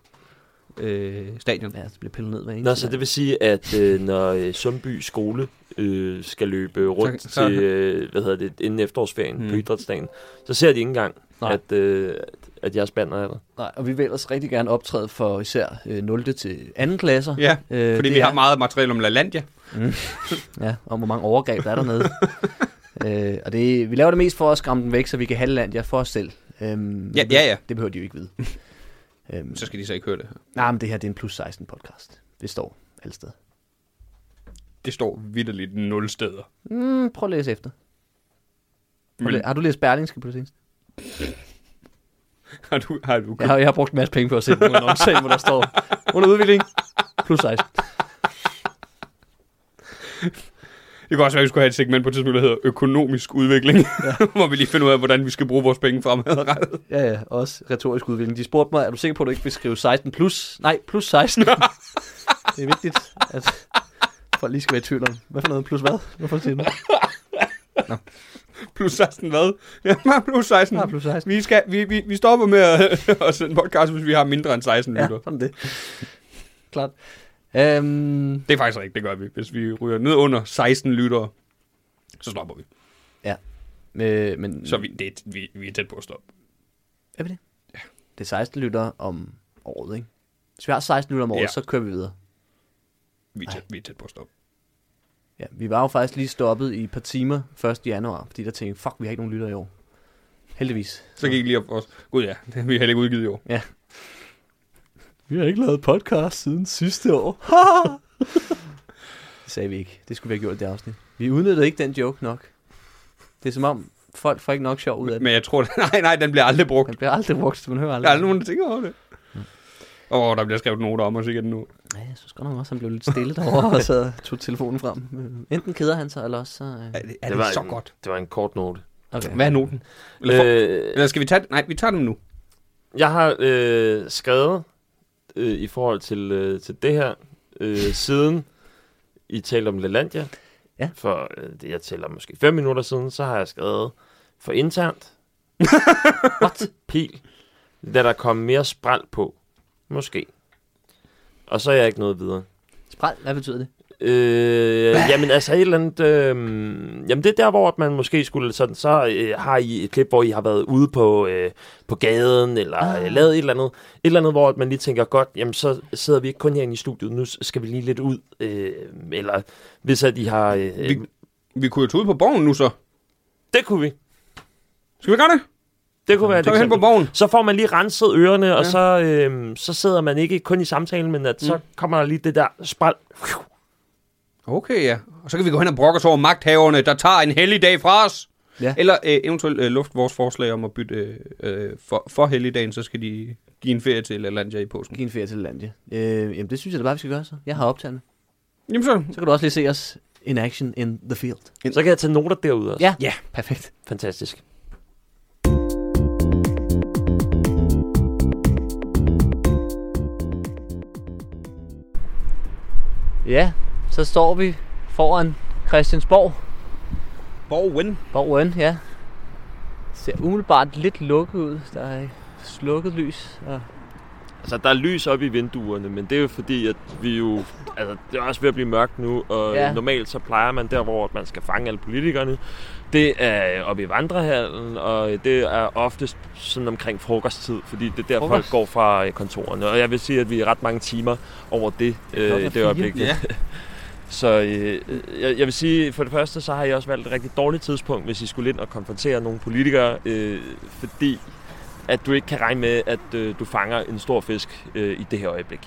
[SPEAKER 1] øh, stadion.
[SPEAKER 2] Ja, det bliver pillet ned hver eneste
[SPEAKER 4] Nå, så
[SPEAKER 2] dag.
[SPEAKER 4] det vil sige, at øh, når øh, Sundby Skole øh, skal løbe rundt
[SPEAKER 1] Så-
[SPEAKER 4] så,
[SPEAKER 1] så-
[SPEAKER 4] så, til, øh, hvad hedder det, inden efterårsferien
[SPEAKER 1] Mm.
[SPEAKER 4] mm. på idrætsdagen, så ser de ikke engang,
[SPEAKER 2] Nej.
[SPEAKER 4] at, øh, at- at jeres banner er der.
[SPEAKER 2] Nej, og vi vil ellers rigtig gerne optræde for især øh, 0. til 2. klasser.
[SPEAKER 1] Ja,
[SPEAKER 2] øh,
[SPEAKER 1] Fordi
[SPEAKER 2] det
[SPEAKER 1] vi
[SPEAKER 2] er-
[SPEAKER 1] har meget materiale om LaLandia.
[SPEAKER 2] Ja, og hvor mange overgreb der er dernede. øh, og det, vi laver det mest for at skræmme dem væk, så vi kan handle land, jeg for os selv. Øhm,
[SPEAKER 1] Ja,
[SPEAKER 2] det-
[SPEAKER 1] ja, ja.
[SPEAKER 2] Det behøver de jo ikke vide. øhm,
[SPEAKER 1] Så skal de så ikke høre det her.
[SPEAKER 2] nej, men det her det er en plus 16 podcast. Det står alle steder.
[SPEAKER 1] Det står vidderligt nul steder.
[SPEAKER 2] Mm, prøv at læse efter. Har,
[SPEAKER 1] Men
[SPEAKER 2] du, har du læst Berlingske på det seneste?
[SPEAKER 1] har du, har du
[SPEAKER 2] Jeg har, jeg har brugt en masse penge på at sætte nogle annoncer, hvor der står under udvikling plus 16.
[SPEAKER 1] Det kan også være, at vi skulle have et segment på et tidspunkt, der hedder økonomisk udvikling, ja. hvor vi lige finder ud af, hvordan vi skal bruge vores penge fremadrettet.
[SPEAKER 2] Ja, ja, også retorisk udvikling. De spurgte mig, er du sikker på, at du ikke vil skrive 16 plus? Nej, plus 16. det er vigtigt, at folk lige skal være i tvivl om, hvad for noget plus hvad? Hvorfor siger du det?
[SPEAKER 1] Plus 16 hvad? Ja, bare plus 16.
[SPEAKER 2] Ah, plus 16.
[SPEAKER 1] Vi, skal, vi, vi, vi stopper med at, at sende podcast, hvis vi har mindre end 16 ja.
[SPEAKER 2] Ja,
[SPEAKER 1] minutter.
[SPEAKER 2] sådan det. Klart. Øhm,
[SPEAKER 1] Det er faktisk rigtigt, det gør vi. Hvis vi ryger ned under 16 lyttere, så stopper vi.
[SPEAKER 2] øh, men
[SPEAKER 1] Så vi, det, er- vi, vi er tæt på at stoppe.
[SPEAKER 2] er vi det? Det er 16 lytter om året, ikke? Hvis vi har 16 lytter om året,
[SPEAKER 1] Ja.
[SPEAKER 2] så kører vi videre.
[SPEAKER 1] Vi er tæt, vi er tæt på at stoppe.
[SPEAKER 2] Ja, vi var jo faktisk lige stoppet i et par timer 1. januar, fordi der tænkte, fuck, vi har ikke nogen lytter i år. Heldigvis.
[SPEAKER 1] Så gik lige op for os. Gud ja, det har vi heller ikke udgivet i år.
[SPEAKER 2] Vi har ikke lavet podcast siden sidste år. det sagde vi ikke. Det skulle vi have gjort i det afsnit. Vi udnyttede ikke den joke nok. Det er som om, folk får ikke nok sjov ud af det.
[SPEAKER 1] Men jeg tror, nej, nej, den bliver aldrig brugt.
[SPEAKER 2] Man bliver aldrig brugt, man hører
[SPEAKER 1] Der er aldrig
[SPEAKER 2] aldrig.
[SPEAKER 1] nogen, der tænker over det. Åh, oh, der bliver skrevet noter om os igen nu.
[SPEAKER 2] Ja, jeg synes godt nok også, han blev lidt stille derovre, og så tog telefonen frem. Øh, Enten keder han sig, eller også så... øh,
[SPEAKER 1] Er det, er
[SPEAKER 4] Det
[SPEAKER 1] det,
[SPEAKER 4] var
[SPEAKER 1] så
[SPEAKER 4] en-
[SPEAKER 1] godt?
[SPEAKER 4] Det var en kort note.
[SPEAKER 2] Okay.
[SPEAKER 1] Hvad er noten? Eller, for, øh,
[SPEAKER 4] Øh,
[SPEAKER 1] eller skal vi tage Nej, vi tager dem nu.
[SPEAKER 4] jeg har øh, skrevet øh, i forhold til, øh, til det her, øh, siden I talte om LaLandia,
[SPEAKER 2] Ja.
[SPEAKER 4] for øh, det jeg talte om måske 5 minutter siden, så har jeg skrevet for internt, What? pil, lad der komme mere spræl på, måske. Og så er jeg ikke noget videre.
[SPEAKER 2] Spræl, hvad betyder det?
[SPEAKER 4] Øh, jamen altså et eller andet, øh, jamen det er der, hvor at man måske skulle sådan, så øh, har I et klip, hvor I har været ude på, øh, på gaden, eller
[SPEAKER 2] Ah.
[SPEAKER 4] ah. øh, lavet et eller andet, et eller andet, hvor at man lige tænker, godt, jamen så sidder vi ikke kun herinde i studiet, nu skal vi lige lidt ud, øh, eller hvis at I har, øh,
[SPEAKER 1] Vi, vi kunne jo tage ud på borgen nu så.
[SPEAKER 4] det kunne vi,
[SPEAKER 1] Skal vi gøre det?
[SPEAKER 4] det kunne være et
[SPEAKER 1] Tag hen
[SPEAKER 4] eksempel.
[SPEAKER 1] på borgen.
[SPEAKER 4] Så får man lige renset ørerne, ja. og
[SPEAKER 1] Ja.
[SPEAKER 4] så, øh, så sidder man ikke kun i samtalen, men at mm. så kommer der lige det der spræl.
[SPEAKER 1] Okay, ja. Og så kan vi gå hen og brokke os over magthaverne, der tager en heldig dag fra os.
[SPEAKER 2] Ja.
[SPEAKER 1] Eller øh, eventuelt øh, luft vores forslag om at bytte øh, øh, for, for helligdagen, så skal de give en ferie til LaLandia i påsken.
[SPEAKER 2] Giv en ferie til landet. Øh, jamen, det synes jeg da bare, vi skal gøre så. Jeg har optaget
[SPEAKER 1] Jamen så.
[SPEAKER 2] Så kan du også lige se os in action in the field.
[SPEAKER 4] Så kan jeg tage noter derude også.
[SPEAKER 2] Ja,
[SPEAKER 1] Ja.
[SPEAKER 2] perfekt.
[SPEAKER 4] Fantastisk.
[SPEAKER 2] Ja, så står vi foran Christiansborg.
[SPEAKER 1] Borgen.
[SPEAKER 2] Borgen, ja. Ser umiddelbart lidt lukket ud. Der er slukket lys og
[SPEAKER 4] Altså, der er lys op i vinduerne, men det er jo fordi, at vi jo... Altså, det er også ved at blive mørkt nu, og
[SPEAKER 2] Ja.
[SPEAKER 4] ja. normalt så plejer man der, hvor man skal fange alle politikerne. Det er oppe i vandrehallen, og det er oftest sådan omkring frokosttid, fordi det er der,
[SPEAKER 2] Frokost?
[SPEAKER 4] folk går fra øh, kontorerne. Og jeg vil sige, at vi er ret mange timer over det,
[SPEAKER 2] klokken
[SPEAKER 4] øh,
[SPEAKER 2] er
[SPEAKER 4] i det
[SPEAKER 2] fire.
[SPEAKER 4] øjeblik.
[SPEAKER 1] Ja.
[SPEAKER 4] Så øh, jeg, jeg vil sige, for det første, så har jeg også valgt et rigtig dårligt tidspunkt, hvis I skulle ind og konfrontere nogle politikere, øh, fordi at du ikke kan regne med, at øh, du fanger en stor fisk øh, i det her øjeblik.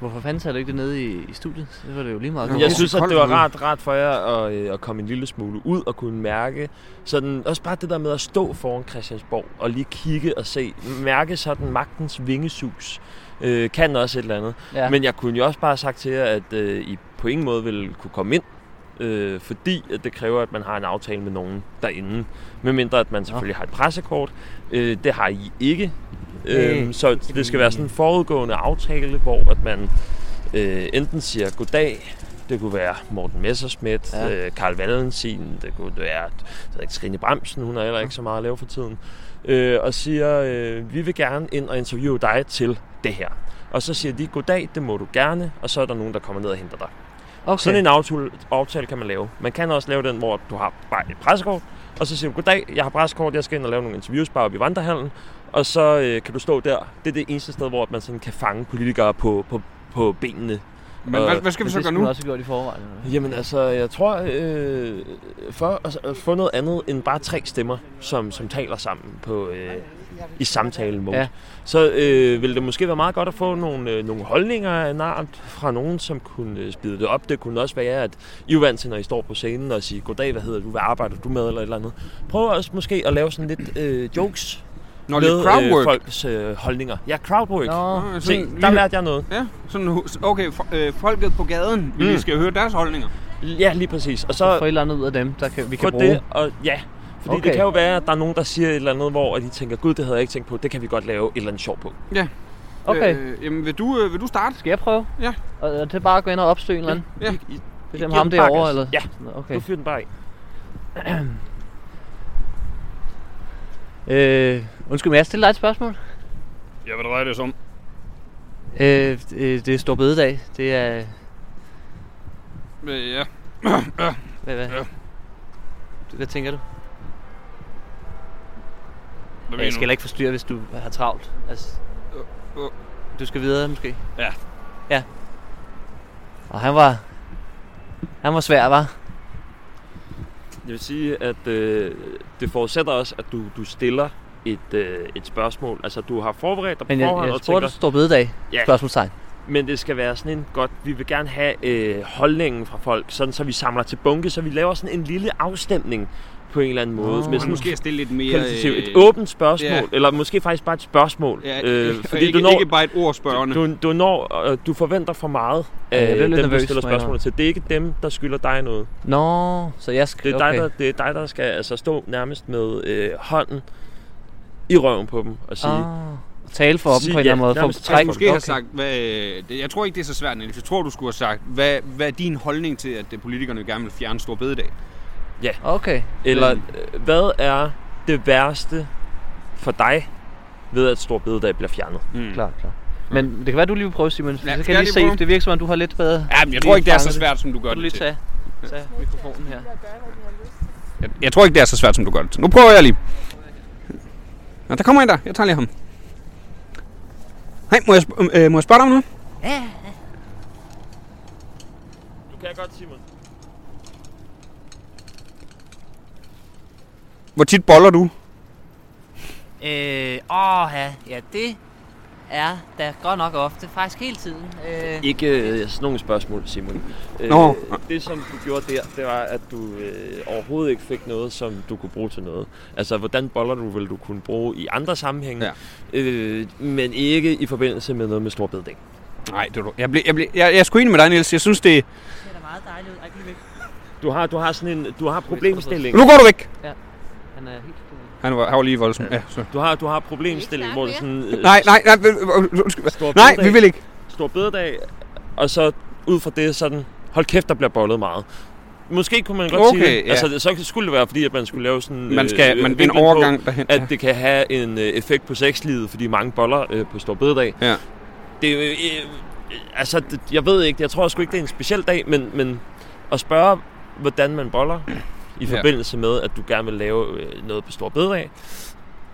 [SPEAKER 2] Hvorfor fanden tager du ikke det nede i, i studiet? Det var det jo lige meget.
[SPEAKER 1] Nå,
[SPEAKER 4] Jeg
[SPEAKER 1] det er
[SPEAKER 4] synes,
[SPEAKER 1] så
[SPEAKER 4] at
[SPEAKER 1] koldt
[SPEAKER 4] det var
[SPEAKER 1] derude.
[SPEAKER 4] rart, rart for jer at, øh, at komme en lille smule ud og kunne mærke. Sådan, også bare det der med at stå foran Christiansborg og lige kigge og se. Mærke sådan magtens vingesus. Øh, kan også et eller andet.
[SPEAKER 2] ja.
[SPEAKER 4] Men jeg kunne jo også bare have sagt til jer, at øh, I på ingen måde ville kunne komme ind, øh, fordi at det kræver, at man har en aftale med nogen derinde. Medmindre at man selvfølgelig har et pressekort. Øh, det har I ikke. Øh, så det skal være sådan en forudgående aftale, hvor at man øh, enten siger goddag, det kunne være Morten Messerschmidt,
[SPEAKER 2] Ja.
[SPEAKER 4] ja. øh, Karl Valentin, det kunne være jeg ved ikke, Trine Bremsen, hun har heller ikke så meget at lave for tiden, øh, og siger, øh, vi vil gerne ind og interviewe dig til det her. Og så siger de, goddag, det må du gerne, og så er der nogen, der kommer ned og henter dig.
[SPEAKER 2] okay.
[SPEAKER 4] Okay. Sådan en aftale, aftale kan man lave. Man kan også lave den, hvor du har bare et pressekort, og så siger du, goddag, jeg har pressekort, jeg skal ind og lave nogle interviews bare oppe i vandrehallen, og så øh, kan du stå der. Det er det eneste sted, hvor man sådan kan fange politikere på, på, på benene.
[SPEAKER 1] Men hvad, hvad skal vi
[SPEAKER 2] Men
[SPEAKER 1] så gøre
[SPEAKER 2] det skulle
[SPEAKER 1] nu?
[SPEAKER 2] man også have gjort i forvejen. eller hvad?
[SPEAKER 4] Jamen altså, jeg tror, øh, for at, at få noget andet end bare tre stemmer, som, som taler sammen på, øh, i samtalen mode,
[SPEAKER 2] Ja.
[SPEAKER 4] ja. så øh, ville det måske være meget godt at få nogle, øh, nogle holdninger af en art fra nogen, som kunne øh, spide det op. Det kunne også være, at I er vant til, når I står på scenen og siger, goddag, hvad hedder du, hvad arbejder du med, eller et eller andet. Prøv også måske at lave sådan lidt øh, jokes
[SPEAKER 1] Nå,
[SPEAKER 4] med
[SPEAKER 1] lidt crowdwork.
[SPEAKER 4] Øh, folks øh, holdninger. Ja, crowdwork.
[SPEAKER 2] Nå,
[SPEAKER 1] Nå,
[SPEAKER 4] Se,
[SPEAKER 1] sådan
[SPEAKER 4] der
[SPEAKER 1] lige-
[SPEAKER 4] lærte jeg noget.
[SPEAKER 1] Ja, sådan, hu- okay, for, øh, folket på gaden, vi
[SPEAKER 4] Mm.
[SPEAKER 1] lige skal høre deres holdninger.
[SPEAKER 4] Ja, lige præcis. Og
[SPEAKER 2] så
[SPEAKER 4] så
[SPEAKER 2] få et eller andet ud af dem, der kan, vi kan
[SPEAKER 4] kan
[SPEAKER 2] bruge.
[SPEAKER 4] det, og ja. Fordi okay.
[SPEAKER 2] Okay.
[SPEAKER 4] det kan jo være, at der er nogen, der siger et eller andet, hvor de tænker, gud, det havde jeg ikke tænkt på, det kan vi godt lave et eller andet sjov på.
[SPEAKER 2] Okay,
[SPEAKER 1] Øh, jamen, vil du, øh, vil du starte?
[SPEAKER 2] skal jeg prøve?
[SPEAKER 1] ja.
[SPEAKER 2] Og, og det er bare at gå ind og opsøge en eller anden?
[SPEAKER 1] Ja.
[SPEAKER 4] I,
[SPEAKER 2] Det er dem
[SPEAKER 4] giver
[SPEAKER 2] ham
[SPEAKER 4] den bare
[SPEAKER 2] derovre,
[SPEAKER 4] gas.
[SPEAKER 2] eller?
[SPEAKER 4] Ja.
[SPEAKER 2] Okay.
[SPEAKER 4] du fyrer den bare af.
[SPEAKER 2] Øh, undskyld, må jeg stille dig et spørgsmål?
[SPEAKER 1] Jeg vil dreje det som.
[SPEAKER 2] Øh, øh, det er stor bededag. Det er...
[SPEAKER 1] Øh, ja.
[SPEAKER 2] Hvad, hvad?
[SPEAKER 1] Ja.
[SPEAKER 2] Hvad tænker du?
[SPEAKER 1] Hvad
[SPEAKER 2] Jeg skal heller ikke forstyrre, hvis du har travlt. Altså,
[SPEAKER 1] Øh, øh.
[SPEAKER 2] du skal videre, måske?
[SPEAKER 1] Ja.
[SPEAKER 2] Ja. Og han var... Han var svær, var?
[SPEAKER 4] Jeg vil sige, at øh, det forudsætter også, at du, du stiller et, øh, et spørgsmål. Altså, du har forberedt dig på
[SPEAKER 2] Men jeg,
[SPEAKER 4] forhånd
[SPEAKER 2] jeg
[SPEAKER 4] og
[SPEAKER 2] spurgte
[SPEAKER 4] tænker,
[SPEAKER 2] stor bededag.
[SPEAKER 4] Ja.
[SPEAKER 2] Spørgsmålstegn.
[SPEAKER 4] men det skal være sådan en godt, vi vil gerne have øh, holdningen fra folk, sådan så vi samler til bunke, så vi laver sådan en lille afstemning på en eller anden måde.
[SPEAKER 2] Åh.
[SPEAKER 4] med
[SPEAKER 1] Men
[SPEAKER 4] sådan
[SPEAKER 1] måske stille lidt mere...
[SPEAKER 4] kvalitativ- et åbent spørgsmål,
[SPEAKER 1] ja.
[SPEAKER 4] eller måske faktisk bare et spørgsmål.
[SPEAKER 1] Ja,
[SPEAKER 4] øh, fordi
[SPEAKER 1] ikke,
[SPEAKER 4] du når,
[SPEAKER 1] ikke bare et ord spørgende.
[SPEAKER 4] Du, du, når, øh, du forventer for meget
[SPEAKER 2] Ja, jeg
[SPEAKER 4] af
[SPEAKER 2] blev
[SPEAKER 4] ja,
[SPEAKER 2] lidt
[SPEAKER 4] dem, du
[SPEAKER 2] nervøs,
[SPEAKER 4] stiller
[SPEAKER 2] må jeg
[SPEAKER 4] spørgsmål til. Det er ikke dem, der skylder dig noget.
[SPEAKER 2] Nå, så jeg skal...
[SPEAKER 4] Det er,
[SPEAKER 2] okay.
[SPEAKER 4] dig, der, det er dig, der skal altså, stå nærmest med øh, hånden i røven på dem og sige... Ah.
[SPEAKER 2] Ah, tale for dem
[SPEAKER 4] Sige
[SPEAKER 2] på en
[SPEAKER 4] ja,
[SPEAKER 2] eller anden måde. For
[SPEAKER 4] nærmest
[SPEAKER 2] at
[SPEAKER 4] tale
[SPEAKER 1] Jeg
[SPEAKER 2] trække-
[SPEAKER 4] for
[SPEAKER 1] måske okay.
[SPEAKER 2] okay.
[SPEAKER 1] have sagt, hvad, øh, det, jeg tror ikke, det er så svært, Niels. Jeg tror, du skulle have sagt, hvad, hvad er din holdning til, at øh, politikerne gerne vil fjerne stor bededag?
[SPEAKER 2] Okay.
[SPEAKER 4] Eller øh, hvad er det værste for dig ved, at Stor Bededag bliver fjernet?
[SPEAKER 1] Mm.
[SPEAKER 2] Klart, klart. Men det kan være, du lige vil prøve, Simon. Ja,
[SPEAKER 1] Ja, skal
[SPEAKER 2] så kan jeg
[SPEAKER 1] jeg
[SPEAKER 2] lige
[SPEAKER 1] lige prøve?
[SPEAKER 2] se, det virker som om, du har lidt bedre...
[SPEAKER 1] Ja, men jeg
[SPEAKER 2] lige
[SPEAKER 1] tror ikke, det er så
[SPEAKER 2] fanget
[SPEAKER 1] svært, som du gør
[SPEAKER 2] Kan du lige
[SPEAKER 1] det til.
[SPEAKER 2] tage, tage mikrofonen her?
[SPEAKER 1] Jeg, jeg tror ikke, det er så svært, som du gør det til. Nu prøver jeg lige. Nå, der kommer en der. Jeg tager lige ham. Hej, må jeg, sp- øh, må jeg spørge dig om noget?
[SPEAKER 4] Du kan godt, Simon.
[SPEAKER 1] Hvor tit boller du?
[SPEAKER 5] Øh, åh ja, ja det er da godt nok ofte, faktisk hele tiden. Øh,
[SPEAKER 4] Ikke øh, sådan nogle spørgsmål, Simon. Øh,
[SPEAKER 1] Nå.
[SPEAKER 4] Det, som du gjorde der, det var, at du øh, overhovedet ikke fik noget, som du kunne bruge til noget. Altså, hvordan boller du vil du kunne bruge i andre sammenhænge,
[SPEAKER 1] Ja.
[SPEAKER 4] øh, men ikke i forbindelse med noget med stor bedring.
[SPEAKER 1] Nej, det var du. Jeg, blev, jeg, blev, jeg, jeg er sgu enig med dig, Niels. Jeg synes, det er...
[SPEAKER 5] det ser da meget dejligt ud. Ej, bliv væk.
[SPEAKER 4] Du har, du har sådan en du har problemstilling.
[SPEAKER 1] Nu går du væk!
[SPEAKER 2] Han er helt...
[SPEAKER 1] Han var, han var lige voldsom. Ja, så.
[SPEAKER 4] Du har, du har problemstilling, hvor det er sådan... Øh,
[SPEAKER 1] Nej, nej, nej. øh, øh, undskyld.
[SPEAKER 4] Stor
[SPEAKER 1] Nej,
[SPEAKER 4] bededag.
[SPEAKER 1] vi vil ikke.
[SPEAKER 4] Stor bededag, og så ud fra det sådan, hold kæft, der bliver bollet meget. Måske kunne man godt
[SPEAKER 1] Okay,
[SPEAKER 4] sige det.
[SPEAKER 1] ja.
[SPEAKER 4] Altså, det- så skulle det være, fordi at man skulle lave sådan...
[SPEAKER 1] Man skal
[SPEAKER 4] øh,
[SPEAKER 1] man, en
[SPEAKER 4] vinklen på,
[SPEAKER 1] overgang derhen.
[SPEAKER 4] at det kan have en øh, effekt på sexlivet, fordi mange boller øh, på stor bededag.
[SPEAKER 1] Ja.
[SPEAKER 4] det, øh, øh, altså, det, jeg ved ikke, jeg tror sgu ikke, det er en speciel dag, men, men at spørge, hvordan man boller i
[SPEAKER 1] Ja.
[SPEAKER 4] forbindelse med, at du gerne vil lave øh, noget på stor bededag,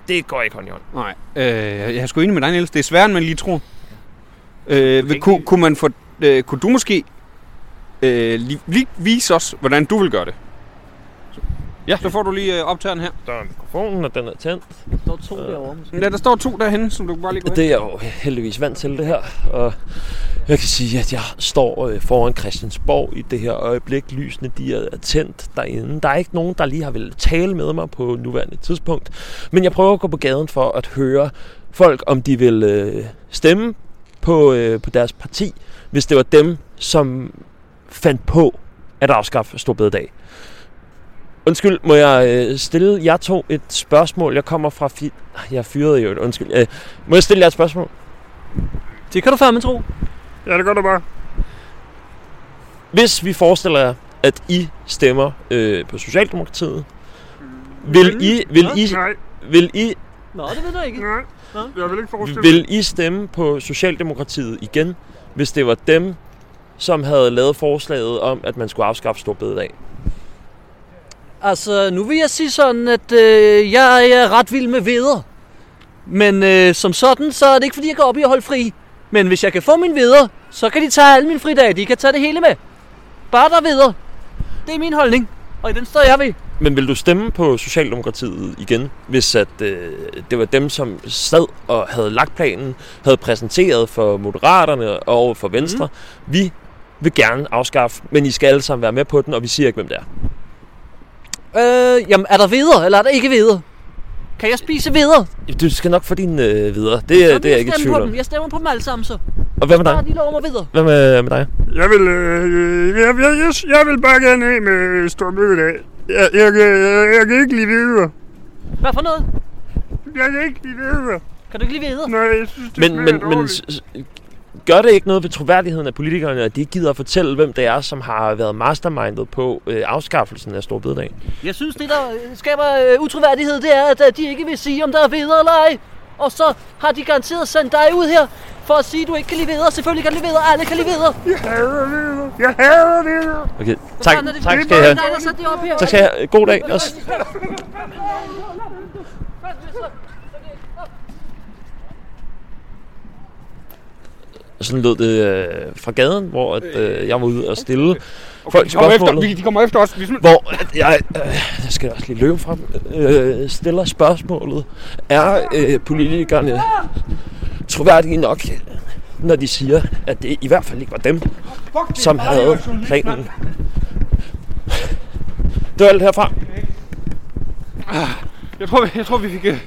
[SPEAKER 4] det går ikke hånd i hånd.
[SPEAKER 1] Nej, øh, jeg er sgu enig med dig, Niels. Det er sværere, end man lige tror. Øh, vil,
[SPEAKER 4] ikke
[SPEAKER 1] kunne,
[SPEAKER 4] lige-
[SPEAKER 1] kunne, man få, øh, kunne du måske øh, lige, lige vise os, hvordan du vil gøre det? Så- Ja, så får du lige øh, optageren her.
[SPEAKER 4] Der er mikrofonen, og den er tændt.
[SPEAKER 2] Der står to
[SPEAKER 4] Øh.
[SPEAKER 2] derovre måske.
[SPEAKER 1] Ja, der står to derhenne, som du kan bare lige gå
[SPEAKER 4] Det er jeg jo heldigvis vant til det her, og jeg kan sige, at jeg står øh, foran Christiansborg i det her øjeblik. Lysene de er tændt derinde. Der er ikke nogen, der lige har vil tale med mig på nuværende tidspunkt, men jeg prøver at gå på gaden for at høre folk, om de vil øh, stemme på, øh, på deres parti, hvis det var dem, som fandt på at afskaffe Storbededag. Undskyld, må jeg øh, stille jer to et spørgsmål? Jeg kommer fra... Fi- Ej, jeg er fyret jo. Undskyld. Øh, må jeg stille jer et spørgsmål?
[SPEAKER 2] Det kan du fandme tro.
[SPEAKER 4] Ja, det gør du bare. Hvis vi forestiller jer, at I stemmer øh, på Socialdemokratiet, vil I, vil I,
[SPEAKER 6] Nej,
[SPEAKER 4] vil I,
[SPEAKER 2] Nå, det ved du ikke.
[SPEAKER 6] nej. Jeg vil ikke forestille
[SPEAKER 4] vil I stemme på Socialdemokratiet igen, hvis det var dem, som havde lavet forslaget om, at man skulle afskaffe Storbededag?
[SPEAKER 2] Altså, nu vil jeg sige sådan, at øh, jeg er ret vild med veder. Men øh, som sådan, så er det ikke fordi, jeg går op i at holde fri. Men hvis jeg kan få min veder, så kan de tage alle mine fridage. De kan tage det hele med. Bare der veder. Det er min holdning. Og i den står jeg ved.
[SPEAKER 4] Men vil du stemme på Socialdemokratiet igen, hvis at, øh, det var dem, som sad og havde lagt planen, havde præsenteret for Moderaterne og for Venstre? Mm. Vi vil gerne afskaffe, men I skal alle sammen være med på den, og vi siger ikke, hvem det er.
[SPEAKER 2] Øh, jamen, er der veder, eller er der ikke veder? Kan jeg spise veder?
[SPEAKER 4] Du skal nok få din øh, videre. Det, er- det er jeg ikke i
[SPEAKER 2] jeg
[SPEAKER 4] tvivl
[SPEAKER 2] på dem.
[SPEAKER 4] om.
[SPEAKER 2] Jeg stemmer på dem alle sammen, så.
[SPEAKER 4] Og hvad med
[SPEAKER 2] Bare
[SPEAKER 4] dig?
[SPEAKER 2] de lov mig veder.
[SPEAKER 4] Hvad med, med dig?
[SPEAKER 6] Jeg vil, øh, jeg, jeg, jeg, jeg vil bare gerne af med stor mødedag. Jeg, jeg, jeg, jeg, jeg kan ikke lide videre.
[SPEAKER 2] Hvad for noget?
[SPEAKER 6] Jeg kan ikke lide videre.
[SPEAKER 2] Kan du ikke lige veder?
[SPEAKER 6] Nej, jeg synes, det
[SPEAKER 4] Men,
[SPEAKER 6] smager
[SPEAKER 4] men, men
[SPEAKER 6] dårligt.
[SPEAKER 4] s- s- gør det ikke noget ved troværdigheden af politikerne, at de ikke gider at fortælle, hvem det er, som har været mastermindet på øh, afskaffelsen af Storbededag?
[SPEAKER 2] Jeg synes, det der øh, skaber øh, utroværdighed, det er, at øh, de ikke vil sige, om der er veder eller ej. Og så har de garanteret sendt dig ud her for at sige, at du ikke kan lide veder. Selvfølgelig kan du lide veder. Alle kan lide veder.
[SPEAKER 6] Jeg hader videre. Jeg hader videre.
[SPEAKER 4] Okay, tak,
[SPEAKER 2] Sådan er det.
[SPEAKER 4] tak
[SPEAKER 2] Det er
[SPEAKER 4] skal I have.
[SPEAKER 2] Der er sat det op her.
[SPEAKER 4] Tak skal I have. God dag også. Sådan lød det øh, fra gaden, hvor at, øh, jeg var ude og stille okay, folk
[SPEAKER 1] de, kommer efter,
[SPEAKER 4] spørgsmål.
[SPEAKER 1] vi, de kommer efter os. Vi smider-
[SPEAKER 4] Hvor at jeg, øh, jeg skal også lige løbe frem, øh, stiller spørgsmålet, er øh, politikerne troværdige nok, når de siger, at det i hvert fald ikke var dem, som havde planen. Det var alt herfra.
[SPEAKER 1] jeg, tror, vi- jeg tror, vi fik, øh,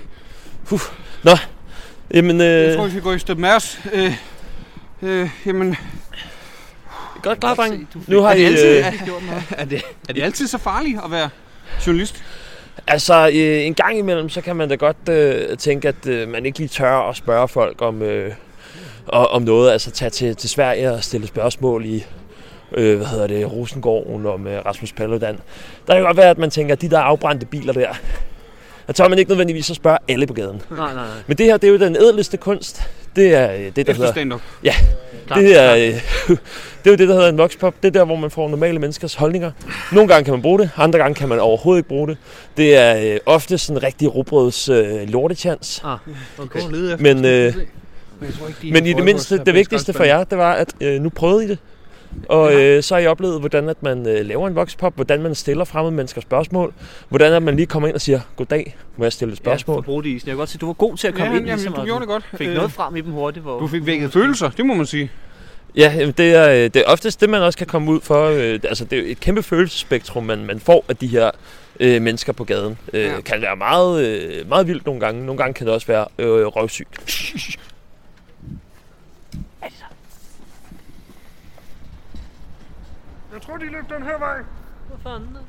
[SPEAKER 4] Jamen,
[SPEAKER 1] jeg tror,
[SPEAKER 4] øh,
[SPEAKER 1] vi fik gået i støt med os. Øh, øh, jamen,
[SPEAKER 4] godt klar, dreng. Nu har I... Øh,
[SPEAKER 1] er, det, er det altid så farligt at være journalist?
[SPEAKER 4] Altså, øh, en gang imellem, så kan man da godt øh, tænke, at øh, man ikke lige tør at spørge folk om, øh, og, om noget. Altså, tage til, til Sverige og stille spørgsmål i, øh, hvad hedder det, Rosengården om øh, Rasmus Paludan. Der kan godt være, at man tænker, at de der afbrændte biler der, der tør man ikke nødvendigvis at spørge alle på gaden.
[SPEAKER 2] Nej, nej, nej.
[SPEAKER 4] Men det her, det er jo den ædleste kunst. Det er øh, det, der
[SPEAKER 1] Efter
[SPEAKER 4] hedder
[SPEAKER 1] stand-up.
[SPEAKER 4] det, er, øh, det er jo det, der hedder en voxpop. Det er der, hvor man får normale menneskers holdninger. Nogle gange kan man bruge det, andre gange kan man overhovedet ikke bruge det. Det er øh, ofte sådan rigtig rugbrøds øh, lortechans.
[SPEAKER 2] Ah, okay.
[SPEAKER 4] Men, øh,
[SPEAKER 1] jeg tror ikke, de
[SPEAKER 4] men i det mindste, det vigtigste for jer, det var, at øh, nu prøvede I det. Og øh, så har I oplevet, hvordan at man øh, laver en voxpop, hvordan man stiller fremmede mennesker spørgsmål, hvordan at man lige kommer ind og siger, goddag, må jeg stille et spørgsmål?
[SPEAKER 2] bruge det i. Jeg kan godt se, du var god til at
[SPEAKER 1] Ja, jamen, du gjorde det godt. Øh,
[SPEAKER 2] frem i dem hurtigt. Hvor...
[SPEAKER 1] Du fik vækket følelser, det må man sige.
[SPEAKER 4] Ja, jamen, det, er, øh, det er oftest det, man også kan komme ud for. Øh, altså, det er jo et kæmpe følelsesspektrum, man, man får af de her øh, mennesker på gaden. Øh,
[SPEAKER 1] Ja.
[SPEAKER 4] ja. kan være meget, øh, meget vildt nogle gange. Nogle gange kan det også være øh, røvsygt.
[SPEAKER 6] Jeg tror, de løb den her vej.
[SPEAKER 2] Hvad fanden? Ej,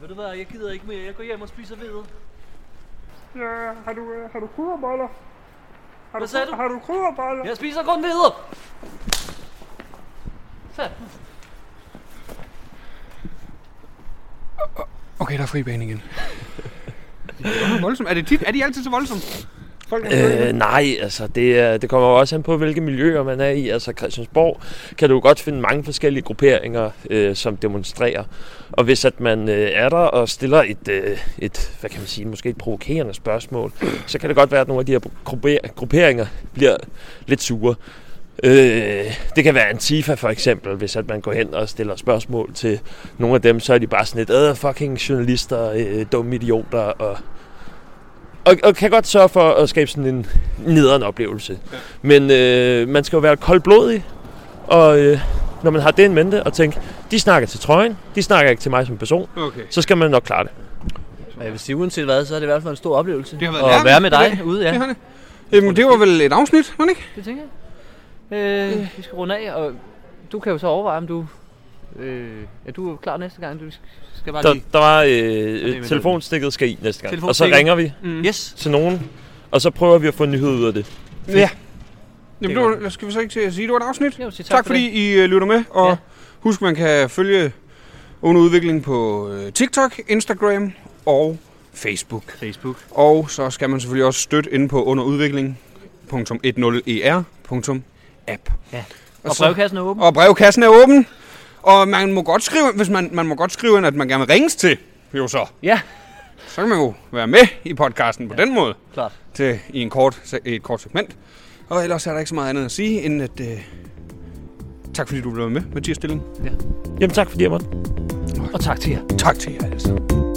[SPEAKER 2] ved du hvad, jeg gider ikke mere. Jeg går hjem og spiser veder.
[SPEAKER 6] Ja, har du, øh, har du krydderboller? Har
[SPEAKER 2] Hvad sagde du?
[SPEAKER 6] Har du krydderboller?
[SPEAKER 2] Jeg spiser kun veder.
[SPEAKER 1] Okay, der er fri bane igen. er, voldsomt. er, det tit, er de altid så voldsomme? Folk
[SPEAKER 4] Øh, nej, altså det, er- det kommer jo også an på, hvilke miljøer man er i. Altså Christiansborg kan du jo godt finde mange forskellige grupperinger, øh, som demonstrerer. Og hvis at man øh, er der og stiller et, øh, et, hvad kan man sige, måske et provokerende spørgsmål, så kan det godt være, at nogle af de her grupper- grupperinger bliver lidt sure. Øh, det kan være Antifa for eksempel, hvis at man går hen og stiller spørgsmål til nogle af dem, så er de bare sådan lidt, øh, fucking journalister, øh, dumme idioter, og og, og kan godt sørge for at skabe sådan en nederen oplevelse. Ja. Men øh, man skal jo være koldblodig, og øh, når man har det en mente og tænke, de snakker til trøjen, de snakker ikke til mig som person,
[SPEAKER 1] Okay.
[SPEAKER 4] så skal man nok klare det.
[SPEAKER 2] Men jeg vil sige, uanset hvad, så er det i hvert fald en stor oplevelse.
[SPEAKER 1] Det har været
[SPEAKER 2] at
[SPEAKER 1] lærerigt,
[SPEAKER 2] være med dig
[SPEAKER 1] det
[SPEAKER 2] ude, ja.
[SPEAKER 1] Det, har det. Jamen, det var vel et afsnit, var det ikke?
[SPEAKER 5] Det tænker jeg. Øh, vi skal runde af, og du kan jo så overveje, om du... Øh, er du klar næste gang? Du skal bare
[SPEAKER 4] Der,
[SPEAKER 5] lige...
[SPEAKER 4] der var
[SPEAKER 5] er med
[SPEAKER 4] øh,
[SPEAKER 5] det.
[SPEAKER 4] telefonstikket skal i næste gang, og så
[SPEAKER 5] Telefonstikket.
[SPEAKER 4] ringer vi
[SPEAKER 1] Mm.
[SPEAKER 5] Yes.
[SPEAKER 4] til nogen, og så prøver vi at få en nyhed ud af det.
[SPEAKER 1] Ja.
[SPEAKER 5] Det
[SPEAKER 1] Jamen,
[SPEAKER 5] er
[SPEAKER 1] det var, skal vi så ikke til at sige, det var et afsnit?
[SPEAKER 5] Jo, sig tak,
[SPEAKER 1] Tak, tak fordi I øh, lytter med, og
[SPEAKER 5] Ja.
[SPEAKER 1] ja. husk, man kan følge under udvikling på øh, TikTok, Instagram og Facebook.
[SPEAKER 5] det. Facebook.
[SPEAKER 1] Og så skal man selvfølgelig også støtte inde på e underudvikling.10er.app.
[SPEAKER 5] Ja.
[SPEAKER 1] Og,
[SPEAKER 5] Og
[SPEAKER 1] så,
[SPEAKER 5] brevkassen er åben.
[SPEAKER 1] og brevkassen er åben, og man må godt skrive, hvis man, man må godt skrive ind, at man gerne vil ringes til, jo så.
[SPEAKER 5] Ja.
[SPEAKER 1] Så kan man jo være med i podcasten på ja. den måde
[SPEAKER 5] Klart.
[SPEAKER 1] til, i en kort, se- et kort segment. Og ellers er der ikke så meget andet at sige, end at... Øh, tak fordi du blev med, Mathias Stilling.
[SPEAKER 4] Jamen tak fordi jeg måtte.
[SPEAKER 5] Og tak til jer.
[SPEAKER 1] Tak til jer alle sammen.